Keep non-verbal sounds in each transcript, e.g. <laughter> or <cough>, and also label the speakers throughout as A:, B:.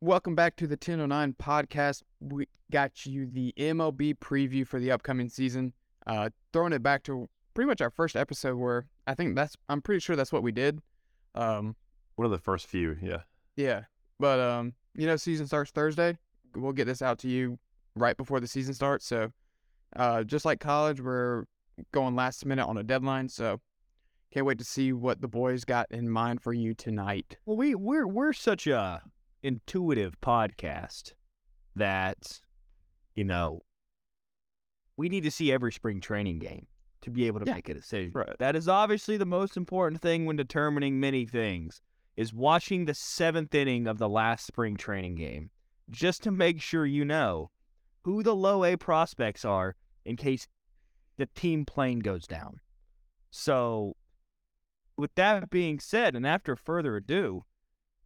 A: Welcome back to the 1009 podcast. We got you the MLB preview for the upcoming season. Uh, throwing it back to pretty much our first episode where I think that's, I'm pretty sure that's what we did. Um,
B: One of the first few, yeah.
A: yeah. But, um, you know, season starts Thursday. We'll get this out to you right before the season starts. So, uh, just like college, we're going last minute on a deadline. So, can't wait to see what the boys got in mind for you tonight.
C: Well, we we're we're such a intuitive podcast that you know we need to see every spring training game to be able to
A: Yeah.
C: make a decision.
B: Right.
C: That is obviously the most important thing when determining many things is watching the seventh inning of the last spring training game just to make sure you know who the low A prospects are in case the team plane goes down. So with that being said, and after further ado,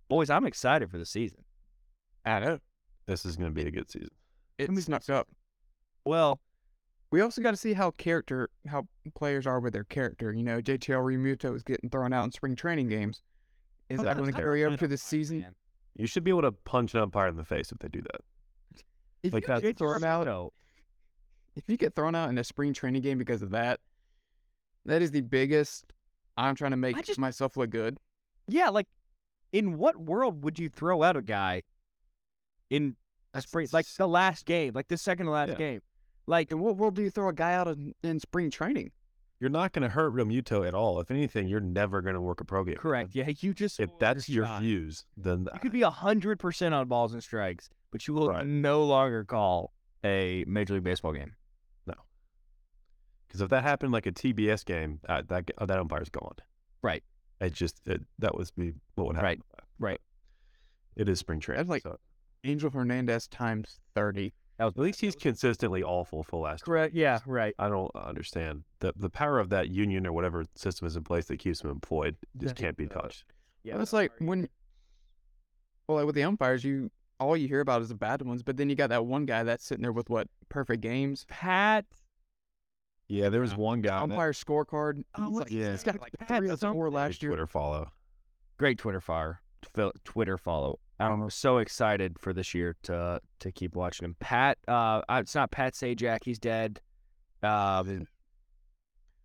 C: boys, I'm excited for the season.
A: I know.
B: This is going to be a good season.
A: It's snuck up.
C: Well,
A: We also got to see how character, how players are with their character. You know, JTL Remuto is getting thrown out in spring training games. Is that going to carry over to this season?
B: You should be able to punch an umpire in the face if they do that.
A: If
B: Like
A: you
B: that-
A: get thrown out, if you get thrown out in a spring training game because of that, that is the biggest. I'm trying to make
C: just-
A: myself look good.
C: Yeah, like in what world would you throw out a guy in a spring like the last game, like the second to last
B: Yeah.
C: game? Like
A: In what world do you throw a guy out in, in spring training?
B: You're not going to hurt Romuto at all. If anything, you're never going to work a pro game.
C: correct. Yeah, you just
B: If that's your
C: shot.
B: views, then
C: You could be hundred percent on balls and strikes, but you will
B: Right.
C: no longer call a major league baseball game.
B: because if that happened like a TBS game, uh, that g- uh, that umpire's gone.
C: Right.
B: It just it, that was be what would happen.
C: Right. Right.
B: It is spring training.
A: That's like-
B: so-
A: Angel Hernandez times thirty.
C: That was
B: at least he's consistently awful for the last.
C: correct. Yeah, right.
B: I don't understand the the power of that union or whatever system is in place that keeps him employed. Just
C: Yeah.
B: can't be touched.
C: Yeah,
A: Well, it's like when, well, like with the umpires, you all you hear about is the bad ones, but then you got that one guy that's sitting there with what perfect games,
C: Pat
B: Yeah, there was one guy.
A: umpire scorecard.
C: Oh,
A: He's
C: what-
A: like,
B: yeah.
A: he's got like
C: Pat
A: three or four
C: something.
A: last year.
B: Twitter follow.
C: great Twitter fire, Twitter follow. I'm so excited for this year to to keep watching him. Pat, uh, uh, it's not Pat Sajak, he's dead. Um,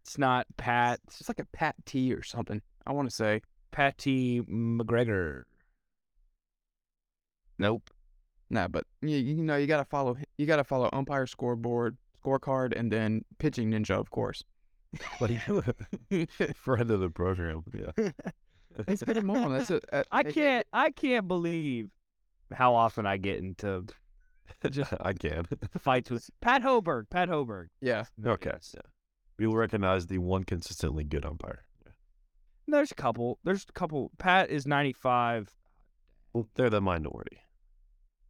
C: it's not Pat
A: It's like a Pat T or something. I want to say
C: Patty McGregor. Nope.
A: nah, but you, you know you gotta follow you gotta follow umpire scoreboard scorecard and then pitching ninja of course.
B: <laughs> But <laughs> he friend of the program. <laughs> Yeah.
A: It's been a moment. That's a, <laughs> a,
C: I can't. I can't believe how often I get into
B: I can.
C: fights with Pat Hoberg. Pat Hoberg.
A: Yeah,
B: Okay. Yeah. We will recognize the one consistently good umpire. Yeah.
C: There's a couple. There's a couple. Pat is 95.
B: Well, they're the minority.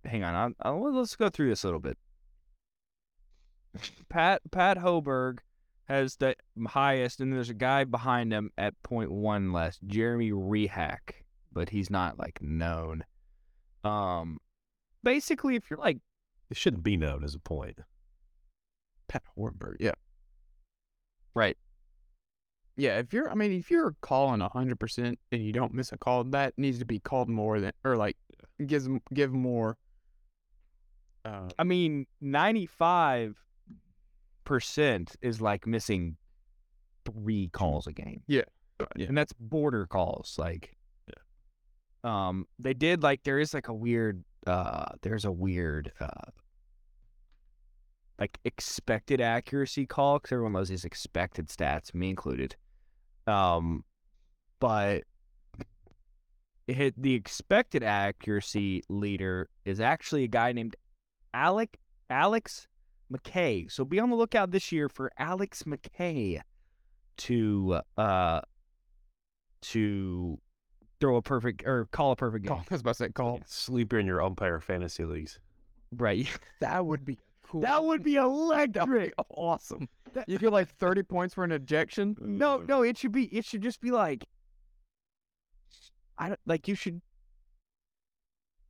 C: hang on. I'm, i let's go through this a little bit. Pat Pat Hoberg has the highest, and there's a guy behind him at point one less, Jeremy Rehack, but he's not like known. Um, basically, if you're like
B: It shouldn't be known as a point.
A: Pat Hornberg. Yeah,
C: right,
A: yeah. If you're, I mean, if you're calling hundred percent and you don't miss a call, that needs to be called more than or like gives give more. Uh,
C: I mean, ninety five percent is like missing three calls a game.
A: Yeah. Yeah.
C: And that's border calls. Like um they did like there is like a weird uh there's a weird uh like expected accuracy call because everyone loves these expected stats, me included. Um but it hit the expected accuracy leader is actually a guy named Alec Alex McKay. So be on the lookout this year for Alex McKay to uh to throw a perfect or call a perfect game.
A: call. I was about to say call.
B: Sleeper in your umpire fantasy leagues.
C: <laughs> Right.
A: That would be cool.
C: that would be electric.
A: <laughs> awesome.
C: That- Mm.
A: You get like thirty points for an ejection.
C: No, no, it should be it should just be like I don't like you should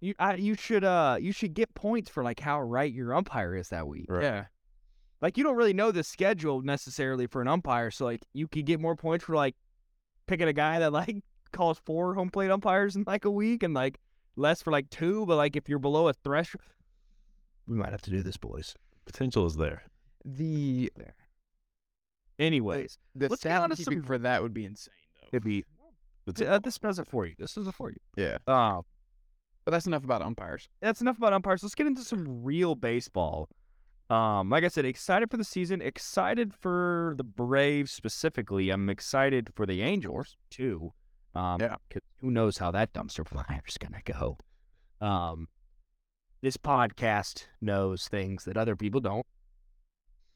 C: you I, you should uh you should get points for like how right your umpire is that week.
B: Right.
A: Yeah,
C: like you don't really know the schedule necessarily for an umpire. So like you could get more <laughs> points for like picking a guy that like calls four home plate umpires in like a week and like less for like two, but like if you're below a threshold, we might have to do this, boys.
B: Potential is there.
A: The
C: Anyways,
A: the
C: Let's get
A: sound
C: onto
A: keeping
C: some-
A: for that would be insane though.
C: it'd be
B: It's
C: uh, this does it for you. This is it for you.
A: Yeah.
C: Uh,
A: But that's enough about umpires.
C: that's enough about umpires. Let's get into some real baseball. Um, like I said, excited for the season. Excited for the Braves specifically. I'm excited for the Angels too. Um,
A: Yeah.
C: 'cause Who knows how that dumpster <laughs> fire is gonna go? Um, this podcast knows things that other people don't,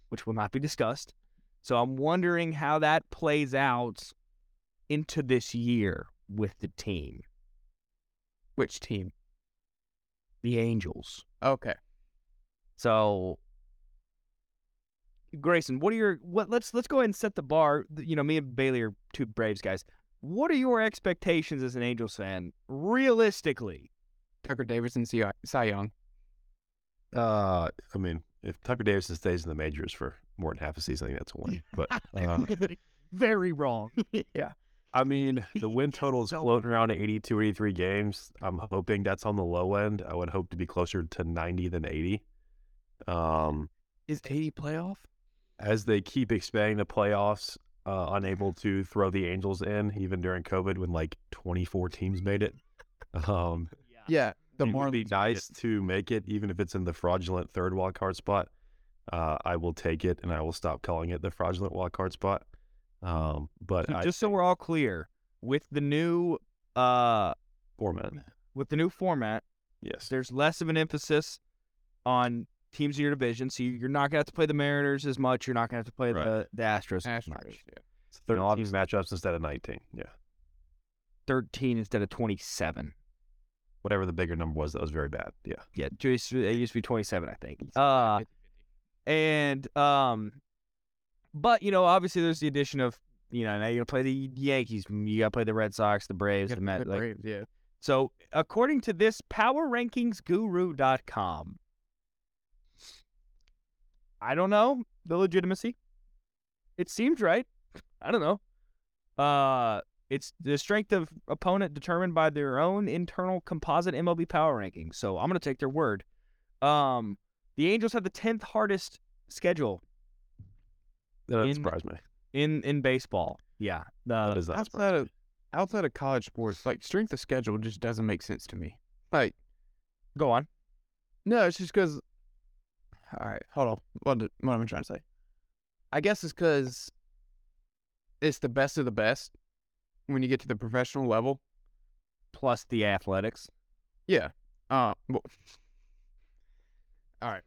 C: which will not be discussed. So I'm wondering how that plays out into this year with the team,
A: Which team?
C: the Angels.
A: Okay.
C: So, Grayson, what are your what? Let's let's go ahead and set the bar. You know, me and Bailey are two Braves guys. What are your expectations as an Angels fan, realistically? <laughs>
A: Tucker Davidson, Cy Cy Young.
B: Uh, I mean, if Tucker Davidson stays in the majors for more than half a season, I think that's a win. But uh,
C: <laughs> Very wrong. <laughs> yeah.
B: I <laughs> mean, the win total is
C: So-
B: floating around at 82, 83 games. I'm hoping that's on the low end. I would hope to be closer to 90 than 80. Um,
A: Is 80 playoff?
B: as they keep expanding the playoffs, uh, unable to throw the Angels in, even during COVID when like 24 teams made it.
C: <laughs>
B: Um,
A: Yeah. The
B: it would
A: Marlins.
B: be nice to make it, even if it's in the fraudulent third wild card spot. Uh, I will take it, and I will stop calling it the fraudulent wild card spot. Um, but I,
C: Just so we're all clear, with the new uh
B: format,
C: with the new format,
B: yes,
C: there's less of an emphasis on teams of your division. So you're not gonna have to play the Mariners as much. You're not gonna have to play
B: Right.
C: the, the Astros, as
A: Astros.
C: much.
A: yeah.
B: it's 13
C: you know, I'm-
B: matchups instead of 19. Yeah,
C: Thirteen instead of twenty-seven.
B: whatever the bigger number was, that was very bad. Yeah,
C: Yeah, it used to, it used to be 27, I think. Uh, and um, but you know, obviously there's the addition of you know now you're gonna play the Yankees, you gotta play the Red Sox, the Braves, the Mets.
A: the
C: Like,
A: Braves, yeah.
C: so according to this PowerRankingsGuru.com, I don't know the legitimacy. It seems right. I don't know. Uh, it's the strength of opponent determined by their own internal composite MLB power ranking. So I'm gonna take their word. Um, the Angels have the tenth hardest schedule
B: that
C: In-
B: surprised me.
C: in in baseball. Yeah, the-
B: That is not
A: outside of outside of college sports, like strength of schedule just doesn't make sense to me. Like
C: go on.
A: no, it's just because. All right, hold on. What do- what am I trying to say? I guess it's because it's the best of the best when you get to the professional level.
C: Plus the athletics.
A: Yeah. Uh. Well, all right.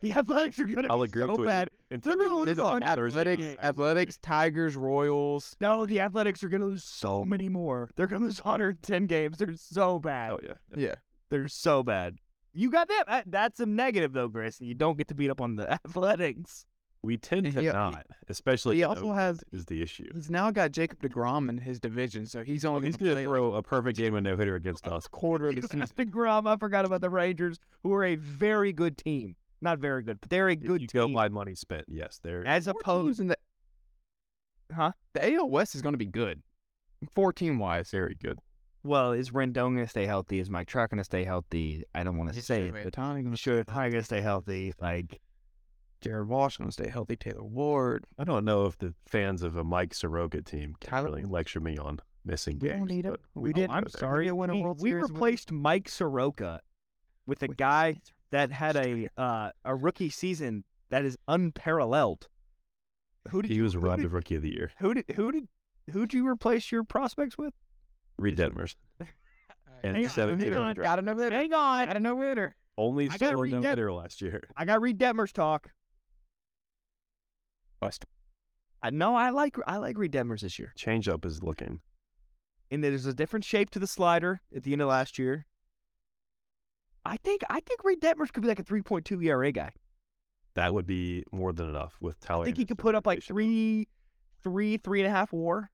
C: The athletics are gonna
B: I'll agree with you. In
C: They're gonna
B: terms
C: lose
B: of
C: on
B: Thursday
A: Athletics,
B: night,
A: athletics, Tigers, Royals.
C: No, the Athletics are going to lose so many more. They're going to lose 110 games. They're so bad.
B: Oh yeah,
A: Yeah.
C: They're so bad. You got that. that- That's a negative, though, Grayson. You don't get to beat up on the <laughs> Athletics.
B: we tend to
A: Yeah.
B: not, especially
A: He
B: in
A: also
B: Oakland
A: has.
B: is the issue.
A: He's now got Jacob Degrom in his division, so he's only
B: He's
A: gonna play
B: gonna throw a perfect game and no hitter against us.
A: a quarter of the
C: Hmm. <laughs>
A: season.
C: DeGrom, I forgot about the Rangers, who are a very good team. Not very good, but they're a
B: Good
C: good
B: you go
C: team.
B: by money spent. Yes, there.
C: as
A: We're
C: opposed,
A: losing the
C: Huh?
A: The AL West is going to be good, fourteen wise.
B: Very good.
C: well, is Rendon going to stay healthy? Is Mike Trout going to stay healthy? I don't want to say it, but
A: Otani going
C: sure, if I going to stay healthy, like,
A: Jared Walsh going to stay healthy. Taylor Ward.
B: I don't know if the fans of a Mike Soroka team can
A: Tyler-
B: really lecture me on missing
A: We don't
B: games.
A: need him.
B: but
A: We
B: I'll
A: didn't-
B: go
A: I'm
B: there.
A: sorry. We win a
C: Oh, we,
A: World
C: we
A: Series with-
C: replaced Mike Soroka with a guy that had a uh, a rookie season that is unparalleled. Who did
B: He
C: you,
B: was
C: who
B: robbed
C: did,
B: of Rookie of the Year.
C: who did who did who did you replace your prospects with?
B: Reed Detmers. And
A: Hang on,
B: seven-
A: hang on, Got another hitter.
C: Hang on,
A: Got another hitter.
B: Only
C: I gotta
B: solo
C: read
B: no
C: that-
B: hitter last year.
C: I got Reed Detmers talk.
B: <laughs>
A: Bust.
C: I, no, I like I like Reed Detmers this year.
B: Changeup is looking.
C: And there's a different shape to the slider at the end of last year. I think I think Reed Detmers could be like E a 3.2 ERA guy.
B: That would be more than enough with Tyler.
C: I think he
B: Anderson
C: could put up like
B: rotation.
C: three, three, three and a half WAR.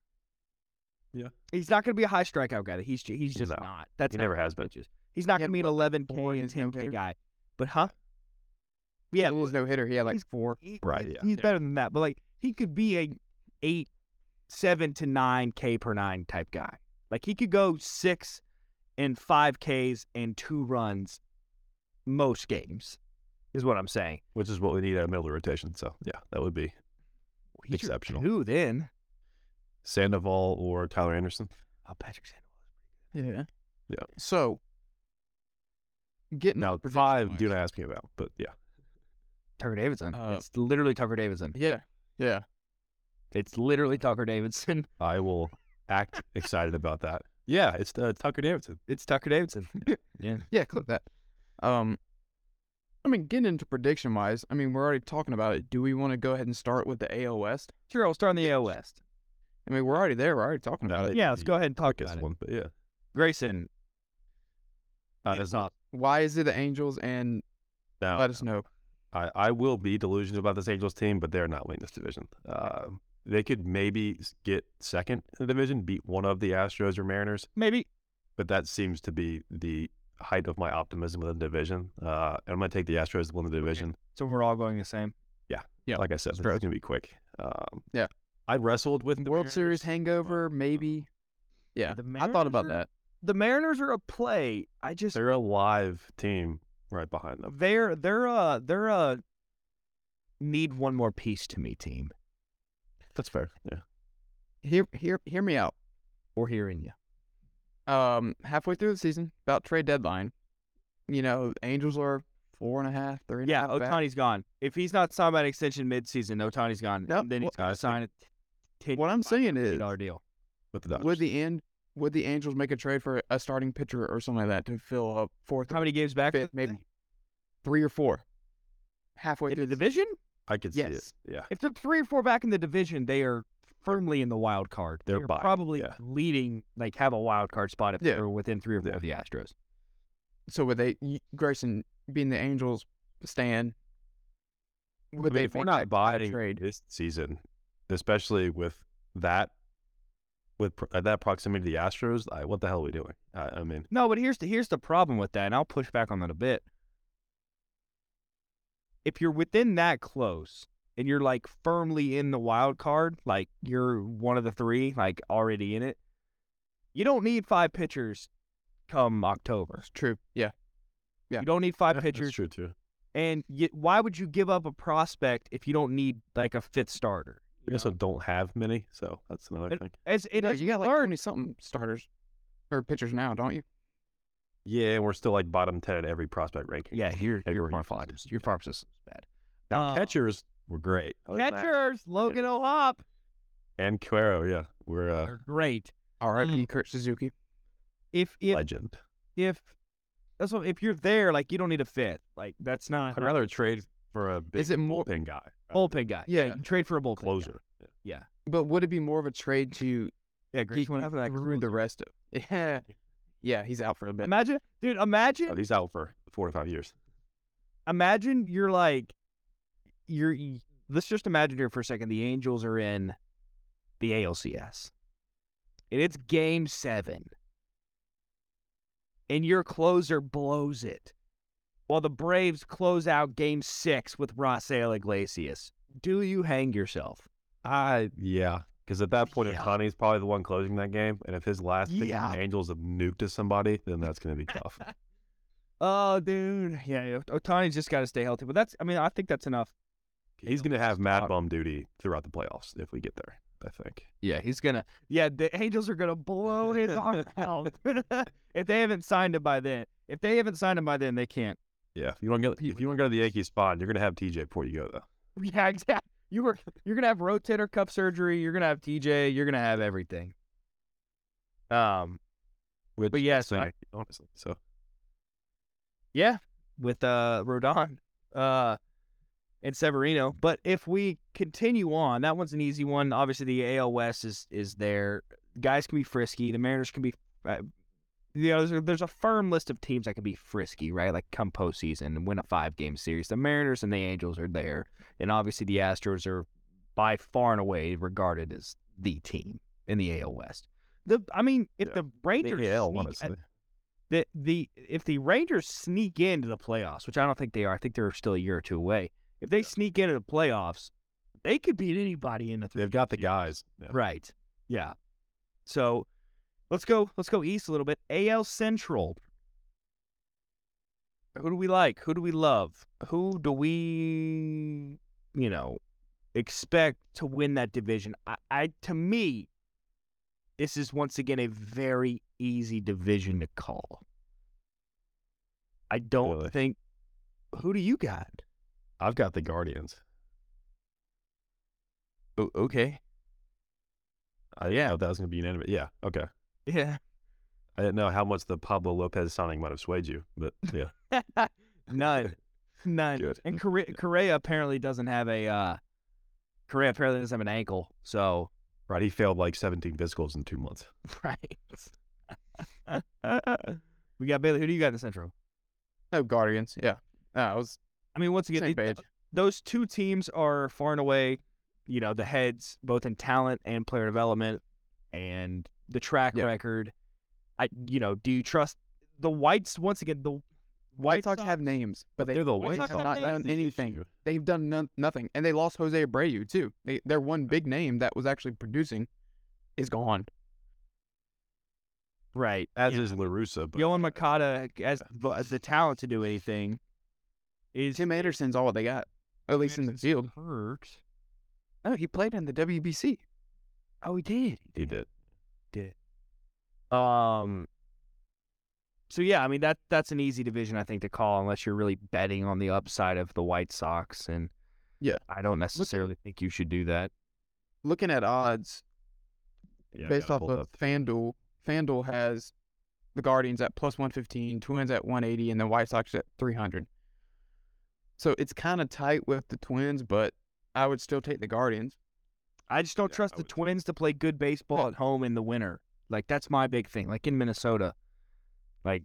B: Yeah.
C: he's not going to be a high strikeout guy. He's ju- he's just
B: No.
C: not. That's
B: He
C: not-
B: never has been.
C: He's not
A: He had
C: going to be an 11 K
A: Boy
C: and
A: is no
C: 10 K
A: hitter.
C: guy. But huh? Yeah,
A: He was no hitter. He had like
C: he's-
A: four.
C: he-
B: Right,
C: he's-
B: yeah.
C: He's better than that. But like he could be a eight, seven to nine K per nine type guy. Like he could go six, and five Ks and two runs most games, is what I'm saying.
B: which is what we need out of middle of the rotation. So yeah, that would be
C: He's your
B: Exceptional.
C: Two then?
B: Sandoval or Tyler Anderson.
C: Oh, Patrick Sandoval.
A: Yeah.
B: Yeah.
A: So getting
B: Now
A: prediction
B: five, do
A: wise.
B: not ask me about, but yeah,
C: Tucker Davidson.
A: Uh,
C: it's literally Tucker Davidson.
A: Yeah. Yeah.
C: It's literally Tucker Davidson. <laughs>
B: I will act excited about that. Yeah, it's uh, Tucker Davidson.
C: It's Tucker Davidson. yeah.
A: Yeah, clip that. Um I mean, getting into prediction wise, I mean, we're already talking about it. Do we want to go ahead and start with the AL West?
C: <laughs> Sure, I'll start on the AL West.
A: I mean, we're already there. We're already talking about it.
C: Yeah, let's go ahead and talk
B: Guess
C: about it.
B: one, but yeah,
C: Grayson. Uh, does not.
A: Why is it the Angels? And
B: now
A: let us know.
B: I, I will be delusional about this Angels team, but they're not winning this division. Um they could maybe s- get second in the division, beat one of the Astros or Mariners,
C: Maybe.
B: but that seems to be the height of my optimism in the division. Uh, and I'm going to take the Astros to win the division.
C: So we're all going the same.
A: Yeah,
B: Like I said, it's
A: true.
B: going to be quick. Um,
A: Yeah.
B: I wrestled with the
A: World
B: Mariners.
A: Series hangover, maybe. Yeah,
C: The
A: I thought about
C: Mariners are-
A: that.
C: The Mariners are a play. I just
B: They're a live team right behind them.
C: they're they're uh they're uh need one more piece to me team.
B: That's fair. Yeah.
A: Hear, hear, hear me out.
C: We're hearing you.
A: Um, halfway through the season, about trade deadline, you know, Angels are four and a half, three. and a
C: Yeah,
A: half back.
C: Otani's gone. If he's not signed by an extension midseason, Otani's gone.
A: No,
C: then he's
A: well,
C: got to sign a t-
A: What I'm saying is,
C: dollar deal.
B: With the Dodgers.
A: would the end, would the Angels make a trade for a starting pitcher or something like that to fill up fourth,
C: How many games back?
A: fifth, maybe three or four, halfway
C: in
A: through the
C: the division.
B: I could
A: yes.
B: see it. Yeah.
C: If they're three or four back in the division, they are firmly in the wild card.
B: They're
C: They're
B: by,
C: probably
B: yeah.
C: leading, like have a wild card spot if
A: Yeah.
C: they're within three or four
B: Yeah.
C: of the Astros.
A: So would they, y- Grayson being the Angels stand? Would
B: I mean,
A: they?
B: if we're
A: make
B: not
A: that
B: buying
A: trade.
B: this season, especially with that, with pro- that proximity to the Astros, I, what the hell are we doing? I, I mean,
C: No, but here's the here's the problem with that, and I'll push back on that a bit. If you're within that close and you're like firmly in the wild card, like you're one of the three, like already in it, you don't need five pitchers come October.
A: It's true. Yeah. Yeah.
C: You don't need five
B: yeah,
C: pitchers,
B: <laughs> That's true too.
C: and y why would you give up a prospect if you don't need like a fifth starter?
B: We also don't have many, so that's another
C: It-
B: thing.
C: As it
A: No,
C: is,
A: you got like twenty something starters or pitchers now, don't you?
B: Yeah, and we're still like bottom ten at every prospect ranking.
C: yeah, you're
B: Hey,
C: you're
B: we're
C: farm
B: fine.
C: systems. Your farm system's bad.
B: Now
C: Uh,
B: catchers were great. Other than that-
C: Catchers, Logan O'Hop,
B: and Cuero, yeah, we're a
C: are great.
A: All right,
C: Mm.
A: Kurt Suzuki.
C: If if
B: legend.
C: if that's what if you're there, like you don't need a fit. Like that's not.
B: I'd rather trade for a big
A: Uh-huh. Is it more?
B: bullpen guy,
C: bullpen guy.
A: Yeah.
C: you can trade for a bullpen guy.
B: closer. Yeah.
A: But would it be more of a trade to
C: Yeah, Greece went after that.
A: ruin the rest of? <laughs> Yeah, yeah, he's out for a bit.
C: <laughs> Imagine, dude.
B: Oh,
C: Imagine,
B: he's out for four to five years.
C: imagine you're like, you're. y- Let's just imagine here for a second. The Angels are in the ALCS, and it's Game Seven, and your closer blows it, while the Braves close out Game Six with Rossell Iglesias. Do you hang yourself?
B: I yeah, because at that point,
C: Yeah.
B: Otani's probably the one closing that game, and if his last thing
C: Yeah.
B: the Angels have nuked to somebody, then that's going to be
C: <laughs>
B: tough.
C: Oh, dude. Yeah, Otani's just got to stay healthy. But that's, I mean, I think that's enough.
B: He's going to have mad bum duty throughout the playoffs if we get there. I think.
C: Yeah, he's going to, yeah, the Angels are going to blow his arm out. <laughs> if they haven't signed him by then, if they haven't signed him by then, they can't. <laughs>
B: Yeah, if you want to get if you want to go to the Yankees spot, you're going to have TJ before you go though.
C: Yeah, exactly. You were, you're going to have rotator cuff surgery. You're going to have TJ. You're going to have everything. Um,
B: Which
C: But yes,
B: same,
C: I-
B: honestly. So
C: Yeah, with uh Rodon uh and Severino. But if we continue on, that one's an easy one. Obviously, the AL West is is there. Guys can be frisky. The Mariners can be. Uh, you know, there's a, there's a firm list of teams that can be frisky, right? Like come postseason and win a five game series. The Mariners and the Angels are there, and obviously the Astros are by far and away regarded as the team in the AL West. The I mean, if
B: Yeah.
C: the Rangers
B: the AL,
C: sneak-
B: honestly.
C: the the if the Rangers sneak into the playoffs, which I don't think they are, I think they're still a year or two away. If they sneak into the playoffs, they could beat anybody in the
B: They've got the guys. Yeah.
C: right. Yeah. So Let's go. Let's go east a little bit. AL Central. Who do we like? Who do we love? Who do we, you know, expect to win that division? I, I to me, this is once again a very easy division to call. I don't
B: Really?
C: think. Who do you got?
B: I've got the Guardians.
C: Oh, okay.
B: I didn't know if that was going to be unanimous. Uh, Yeah. Okay.
C: Yeah.
B: I didn't know how much the Pablo Lopez signing might have swayed you, but
C: <laughs>
B: yeah.
C: None. None.
B: Good.
C: And Correa, Correa apparently doesn't have a uh Correa apparently doesn't have an ankle, so <laughs>
B: right. He failed like 17 physicals in two months.
C: right. <laughs> we got Bailey. Who do you got in the Central?
A: No Oh, Guardians. Yeah. No, I was
C: I mean, once again,
A: same
C: it-
A: page.
C: those two teams are far and away, you know, the heads both in talent and player development, and the track
A: Yeah.
C: record. I, you know, do you trust the Whites once again? The
A: White
C: White
A: Sox have names, but they
B: are the
A: White
B: White
A: Sox have
B: Sox.
A: not done
B: That's the
A: anything.
B: issue.
A: They've done no- nothing, and they lost Jose Abreu too. They, their one big name that was actually producing is gone.
C: right
B: As
C: Yeah.
B: is Larusa, but
C: Yohan Makata has the, has the talent to do anything. Is
A: Tim Anderson's all they got, at least in the field.
C: hurt?
A: No, Oh, he played in the WBC.
C: Oh, he did.
B: he did.
C: Um. So yeah, I mean that that's an easy division I think to call unless you're really betting on the upside of the White Sox, and
A: Yeah.
C: I don't necessarily think you should do that.
A: Looking at odds
B: Yeah, I
A: based
B: got it
A: off
B: pulled
A: of
B: up.
A: FanDuel, FanDuel has the Guardians at plus 115, Twins at 180, and the White Sox at 300. So it's kind of tight with the Twins, but I would still take the Guardians.
C: I just don't
B: Yeah,
C: trust
B: I
C: the
B: would-
C: Twins to play
B: <laughs>
C: good baseball at home in the winter. Like that's my big thing. Like in Minnesota, like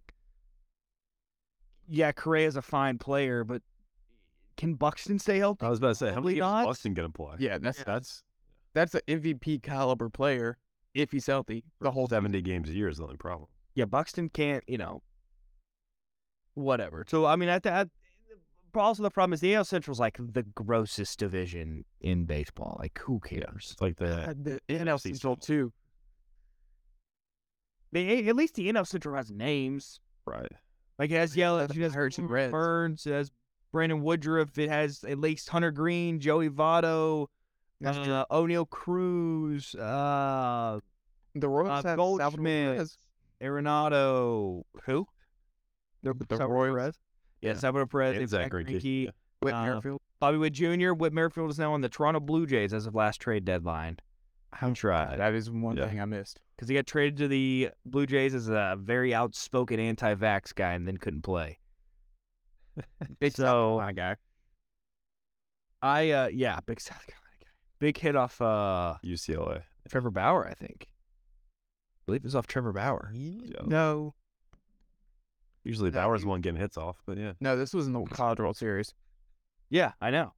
C: yeah, Correa's a fine player, but can Buxton stay healthy?
B: I was about to say, how
C: Probably
B: many games
C: not.
B: is Boston going to play?
A: Yeah, that's
B: That's
A: that's an MVP caliber player if he's healthy. The whole
B: 70 games a year is the only problem.
C: yeah, Buxton can't, you know, whatever. So I mean, at that, but also the problem is the AL Central's like the grossest division in baseball. Like, who cares?
B: It's like the
A: God, the NL
B: NLC's
A: Central
B: fault.
A: too.
C: They at least the NL Central has names.
B: right.
C: Like it has Yelich, it has
A: Pirates and
C: Corbin
A: Reds.
C: Burns, it has Brandon Woodruff, it has at least Hunter Green, Joey Votto,
A: That's true.
C: uh, O'Neill Cruz, uh,
A: The Royals
C: uh,
A: have Salvador
C: Goldschmidt.
A: Perez.
C: Arenado. Who? The,
A: The Royals.
C: Yeah,
B: Yeah.
C: Salvador Perez.
B: And
C: they've
B: Zach
C: Zach
B: Greinke,
C: Greinke.
B: yeah.
A: Whit
C: Uh,
A: Merrifield.
C: Bobby Witt Jr. Whit Merrifield is now on the Toronto Blue Jays as of last trade deadline. I'm tried
A: That is one
B: yeah.
A: thing I missed.
C: because he got traded to the Blue Jays as a very outspoken anti-vax guy and then couldn't play.
A: Big
C: So-
A: my guy.
C: I uh yeah, big South <laughs> Carolina guy. Big hit off uh
B: UCLA.
C: Trevor Bauer, I think. I believe it was off Trevor Bauer.
B: Yeah.
A: No,
B: Usually
A: No,
B: Bauer's
A: you-
B: one getting hits off, but yeah.
A: no, this was in the College World Series.
C: Yeah, I know.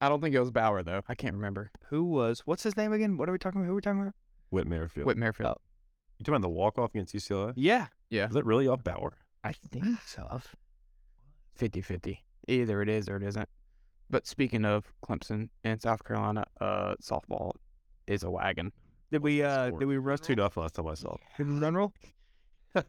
A: I don't think it was Bauer though. I can't remember.
C: Who was what's his name again? What are we talking about? Who are we talking about?
B: Whit Merrifield.
A: Whit Merrifield.
B: You talking about the walk off against UCLA?
C: Yeah.
A: Yeah,
B: Is that really off Bauer?
C: I think so.
A: 50-50. Either it is or it isn't. But speaking of Clemson and South Carolina, uh, softball is a wagon.
C: Did we uh
B: Sport.
C: did we run
B: Two nothing last time I saw. it.
C: Did we run roll?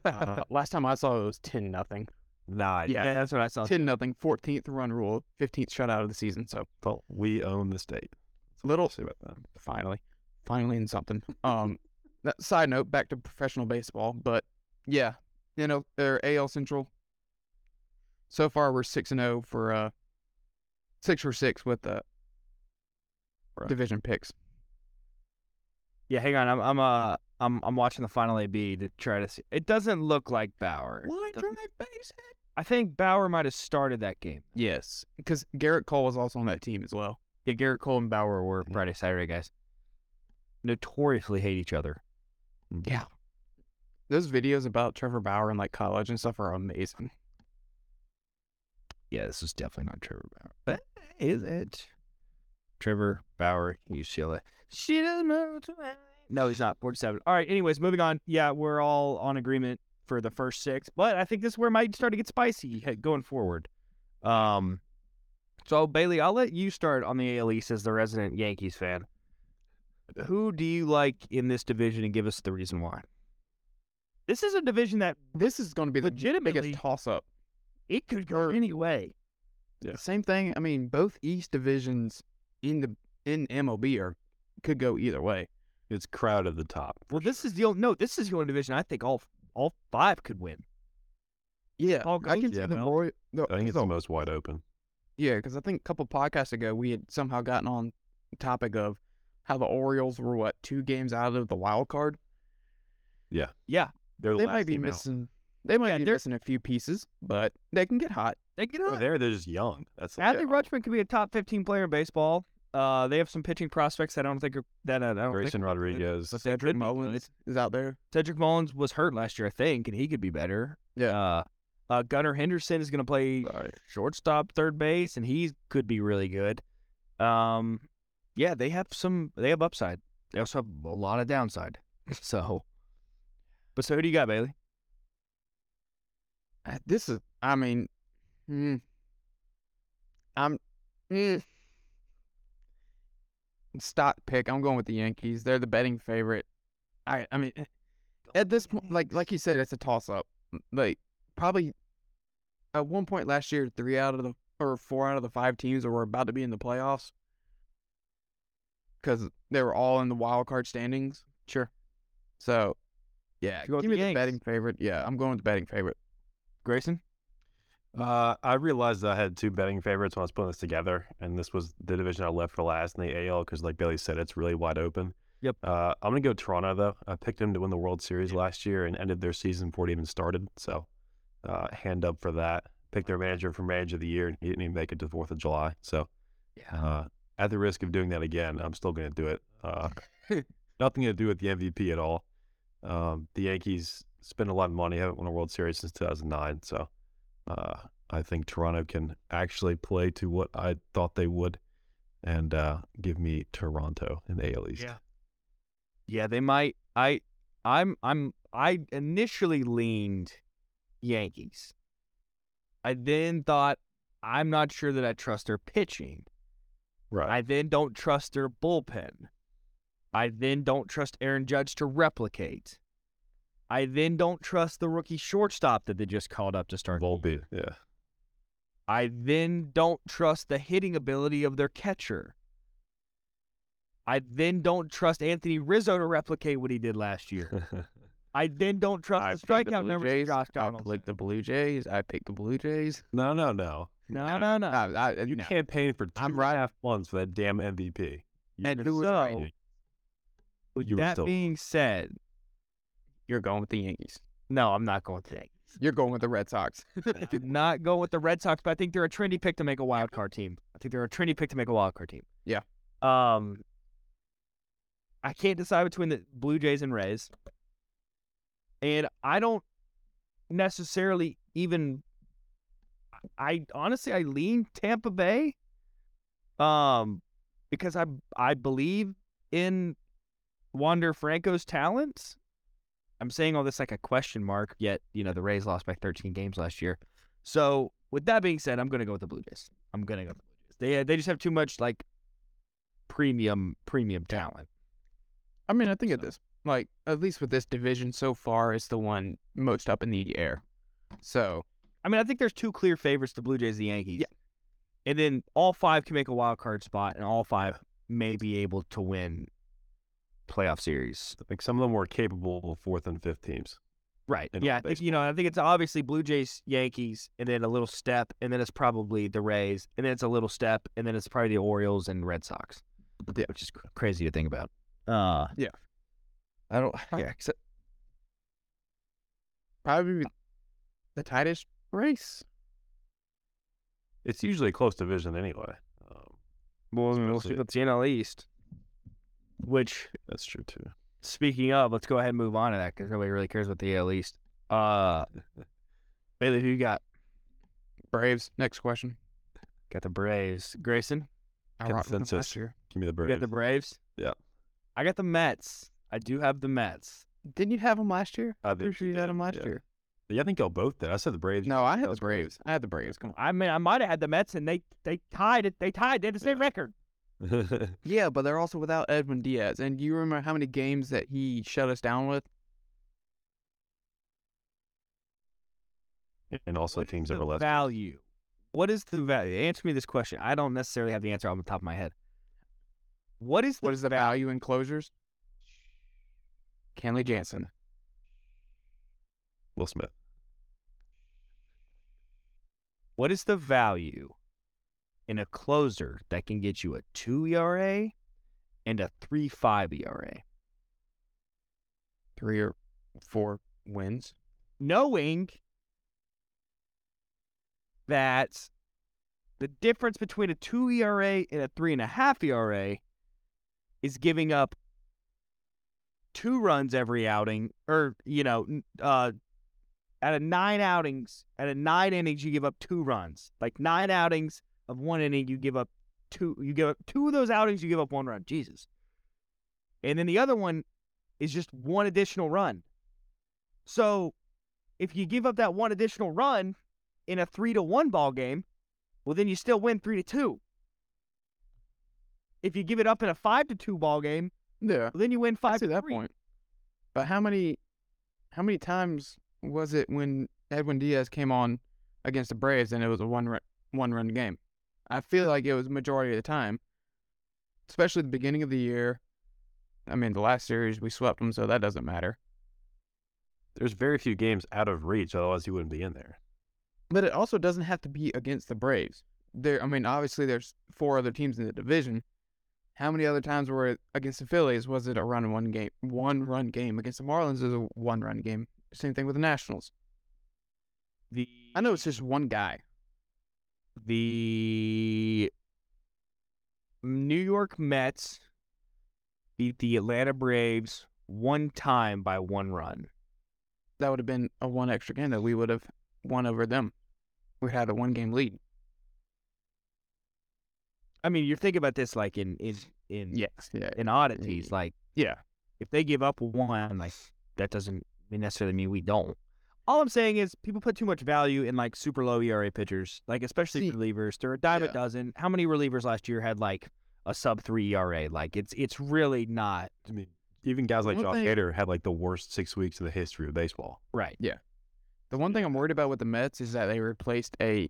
A: Uh, last time I saw it was ten nothing.
C: Nah,
A: Yeah.
C: yeah, that's what I saw.
A: Ten nothing. Fourteenth run rule. Fifteenth shutout of the season. So
B: Well, we own the state.
A: Little-
B: Say about that.
A: finally, finally in something. Um, that, side note, back to professional baseball, but yeah, you know, they're AL Central. So far, we're six and zero for uh, six for six with the
B: Right.
A: division picks.
C: Yeah, hang on. I'm I'm uh I'm I'm watching the final AB to try to see. It doesn't look like Bauer.
A: drive base hit.
C: I think Bauer might have started that game.
A: Yes, because Garrett Cole was also on that team as well.
C: Yeah, Garrett Cole and Bauer were Friday Saturday guys. Notoriously hate each other.
A: Yeah, those videos about Trevor Bauer and like college and stuff are amazing.
C: Yeah, this is definitely not Trevor Bauer. But is it? Trevor Bauer, UCLA. She doesn't know. to me. No, he's not. 47. All right. Anyways, moving on. Yeah, we're all on agreement for the first six, but I think this is where it might start to get spicy he- going forward. Um, so Bailey, I'll let you start on the AL East as the resident Yankees fan. who do you like in this division and give us the reason why? This is a division that
A: This is going to be the
C: Legitimately-
A: biggest toss up.
C: it could go any way.
B: Yeah.
A: Same thing. I mean, both East divisions in the in MLB are could go either way.
B: It's crowded at the top.
C: Well, this is the only no. This is the only division I think all all five could win.
A: Yeah,
C: All
A: I can
C: goes
A: see
B: Yeah.
A: the
C: well.
A: Roy. The,
B: I think it's the most wide open.
A: yeah, because I think a couple podcasts ago we had somehow gotten on the topic of how the Orioles were what two games out of the wild card.
C: Yeah,
B: They're
A: they
B: last
A: might be
B: team out.
A: missing. They might
C: Yeah,
A: be
C: they're-
A: missing a few pieces, but they can get hot.
C: they get
B: Over
C: on.
B: there, Oh, they're just young. That's the-
C: Adley Rutschman could be a top fifteen player in baseball. Uh, they have some pitching prospects. that I don't think are, that I don't
B: Grayson
C: think
B: Rodriguez.
C: But Cedric
A: Mullins is out there.
C: Cedric Mullins was hurt last year, I think, and he could be better.
A: Yeah.
C: Uh, uh, Gunnar Henderson is going to play
B: Sorry.
C: shortstop, third base, and he could be really good. Um, yeah, they have some. They have upside. They also have a lot of downside. <laughs> So, but so who do you got, Bailey?
A: Uh, This is. I mean, mm, I'm. Mm, stock pick. I'm going with the Yankees. They're the betting favorite. I. I mean, at this point, like like you said, it's a toss up. Like probably at one point last year, three out of the or four out of the five teams that were about to be in the playoffs because they were all in the wild card standings. Sure. So, yeah,
C: You go with
A: give
C: the
A: me the
C: Yanks.
A: betting favorite. Yeah, I'm going with the betting favorite.
C: Grayson.
B: Uh, I realized I had two betting favorites when I was putting this together, and this was the division I left for last in the AL because, like Billy said, it's really wide open.
C: Yep.
B: Uh, I'm gonna go Toronto though. I picked them to win the World Series last year and ended their season before it even started. So, uh, hand up for that. Picked their manager for manager of the year, and he didn't even make it to Fourth of July. So,
C: Yeah.
B: uh, at the risk of doing that again, I'm still gonna do it.
C: <laughs>
B: Uh, nothing to do with the MVP at all. Um, the Yankees spend a lot of money, haven't won a World Series since 2009, so uh, I think Toronto can actually play to what I thought they would, and uh, give me Toronto in the AL East.
C: Yeah. Yeah, they might. I, I'm, I'm, I initially leaned Yankees. I then thought I'm not sure that I trust their pitching.
B: right.
C: I then don't trust their bullpen. I then don't trust Aaron Judge to replicate. I then don't trust the rookie shortstop that they just called up to start. the year.
B: Volpe, yeah, <laughs>
C: I then don't trust the hitting ability of their catcher. I then don't trust Anthony Rizzo to replicate what he did last year. I then don't
A: I
C: trust the
A: picked
C: strikeout
A: Blue
C: numbers of
A: Jays.
C: Josh
A: I
C: Donaldson.
A: picked the Blue Jays. I picked the Blue Jays.
B: no, no, no.
C: No, no, no.
A: I, I, you
B: You
A: know,
B: campaigned for two
A: I'm
B: and a
A: right.
B: half months for that damn MVP. You
A: And
B: were
A: who was
B: so-
A: right?
B: But you were
C: that
B: still-
C: being said,
A: you're going with the Yankees.
C: no, I'm not going today.
A: You're going with the Red Sox.
C: I'm not going with the Red Sox, but I think they're a trendy pick to make a wild card team. I think they're a trendy pick to make a wild card team.
A: Yeah.
C: Um, I can't decide between the Blue Jays and Rays, and I don't necessarily even. I honestly I lean Tampa Bay, um, because I I believe in Wander Franco's talents. I'm saying all this like a question mark, yet, you know, the Rays lost by 13 games last year. So, with that being said, I'm going to go with the Blue Jays. I'm going to go with the Blue Jays. They, they just have too much like premium premium talent.
A: I mean, I think at
C: So-
A: this, like, at least with this division so far, it's the one most up in the air. So,
C: I mean, I think there's two clear favorites, the Blue Jays, the Yankees. And then all five can make a wild card spot and all five may be able to win playoff series.
B: Like some of them were capable of fourth and fifth teams.
C: Right.
B: in
C: yeah. I
B: all
C: think, you know, I think it's obviously Blue Jays, Yankees, and then a little step, and then it's probably the Rays, and then it's a little step, and then it's probably the Orioles and Red Sox,
A: Yeah.
C: which is cr- crazy to think about. Uh,
A: Yeah.
C: I don't.
A: yeah, except probably the tightest race.
B: It's usually a close division anyway. Um,
C: Well,
B: we'll
C: we'll
B: see.
C: see. That's the NL East. Which,
B: that's true too.
C: speaking of, let's go ahead and move on to that because nobody really cares about the AL East. Uh, Bailey, who you got?
A: Braves. Next question.
C: Got the Braves. Grayson,
A: I rocked with them
B: Consensus.
A: last year.
B: Give me the
C: you
B: Braves.
C: got the Braves.
B: Yeah.
C: I got the Mets. I do have the Mets.
A: Didn't you have them last year?
B: I
A: Pretty
B: think
A: sure
B: you
A: you had
B: did,
A: them last
B: yeah.
A: year.
B: yeah, I think y'all both did. I said the Braves.
A: No, I had
B: That
A: the
B: was
A: Braves. I had the Braves. Come on.
C: I mean, I might have had the Mets, and they they tied it. They tied. They had the same record.
A: Yeah, but they're also without Edwin Diaz. And you remember how many games that he shut us down with?
B: <laughs> and also
C: What is
B: teams
C: the
B: that were left.
C: Value. What is the value? Answer me this question. I don't necessarily have the answer on the top of my head. What is the
A: What is <laughs> the value in closures? Kenley Jansen.
B: Will Smith.
C: what is the value in a closer that can get you a two ERA and a three five E ERA?
A: Three or four wins.
C: knowing that the difference between a two ERA and a three and a half ERA is giving up two runs every outing, or you know, n- uh, out of nine outings, out of nine innings, you give up two runs. Like nine outings of one inning, you give up two. You give up two of those outings, you give up one run. Jesus. And then the other one is just one additional run. So if you give up that one additional run in a three to one ball game, well then you still win three to two. If you give it up in a five to two ball game,
A: Yeah.
C: well, then you win
A: I
C: five
A: see
C: to
A: that
C: three.
A: point. But how many how many times was it when Edwin Diaz came on against the Braves and it was a one run one run game? I feel like it was majority of the time. Especially the beginning of the year. I mean, the last series we swept them, so that doesn't matter.
B: There's very few games out of reach, otherwise he wouldn't be in there.
A: But it also doesn't have to be against the Braves. There, I mean, obviously there's four other teams in the division. How many other times were it against the Phillies? Was it a run one game, one run game against the Marlins? Is a one run game. Same thing with the Nationals.
C: The
A: I know it's just one guy.
C: the New York Mets beat the Atlanta Braves one time by one run.
A: That would have been a one extra game that we would have won over them. We had a one game lead.
C: I mean, you're thinking about this like in in in
A: Yes. Yeah.
C: in
A: Mm.
C: oddities, like
A: Yeah.
C: if they give up one, like that doesn't necessarily mean we don't. All I'm saying is people put too much value in like super low ERA pitchers, like especially
A: See-
C: relievers. They're a dime
A: Yeah.
C: a dozen. How many relievers last year had like a sub three ERA? Like it's it's really not
B: I mean, even guys like
A: One
B: Josh
A: thing-
B: Hader had like the worst six weeks in the history of baseball.
C: right.
A: The one thing I'm worried about with the Mets is that they replaced a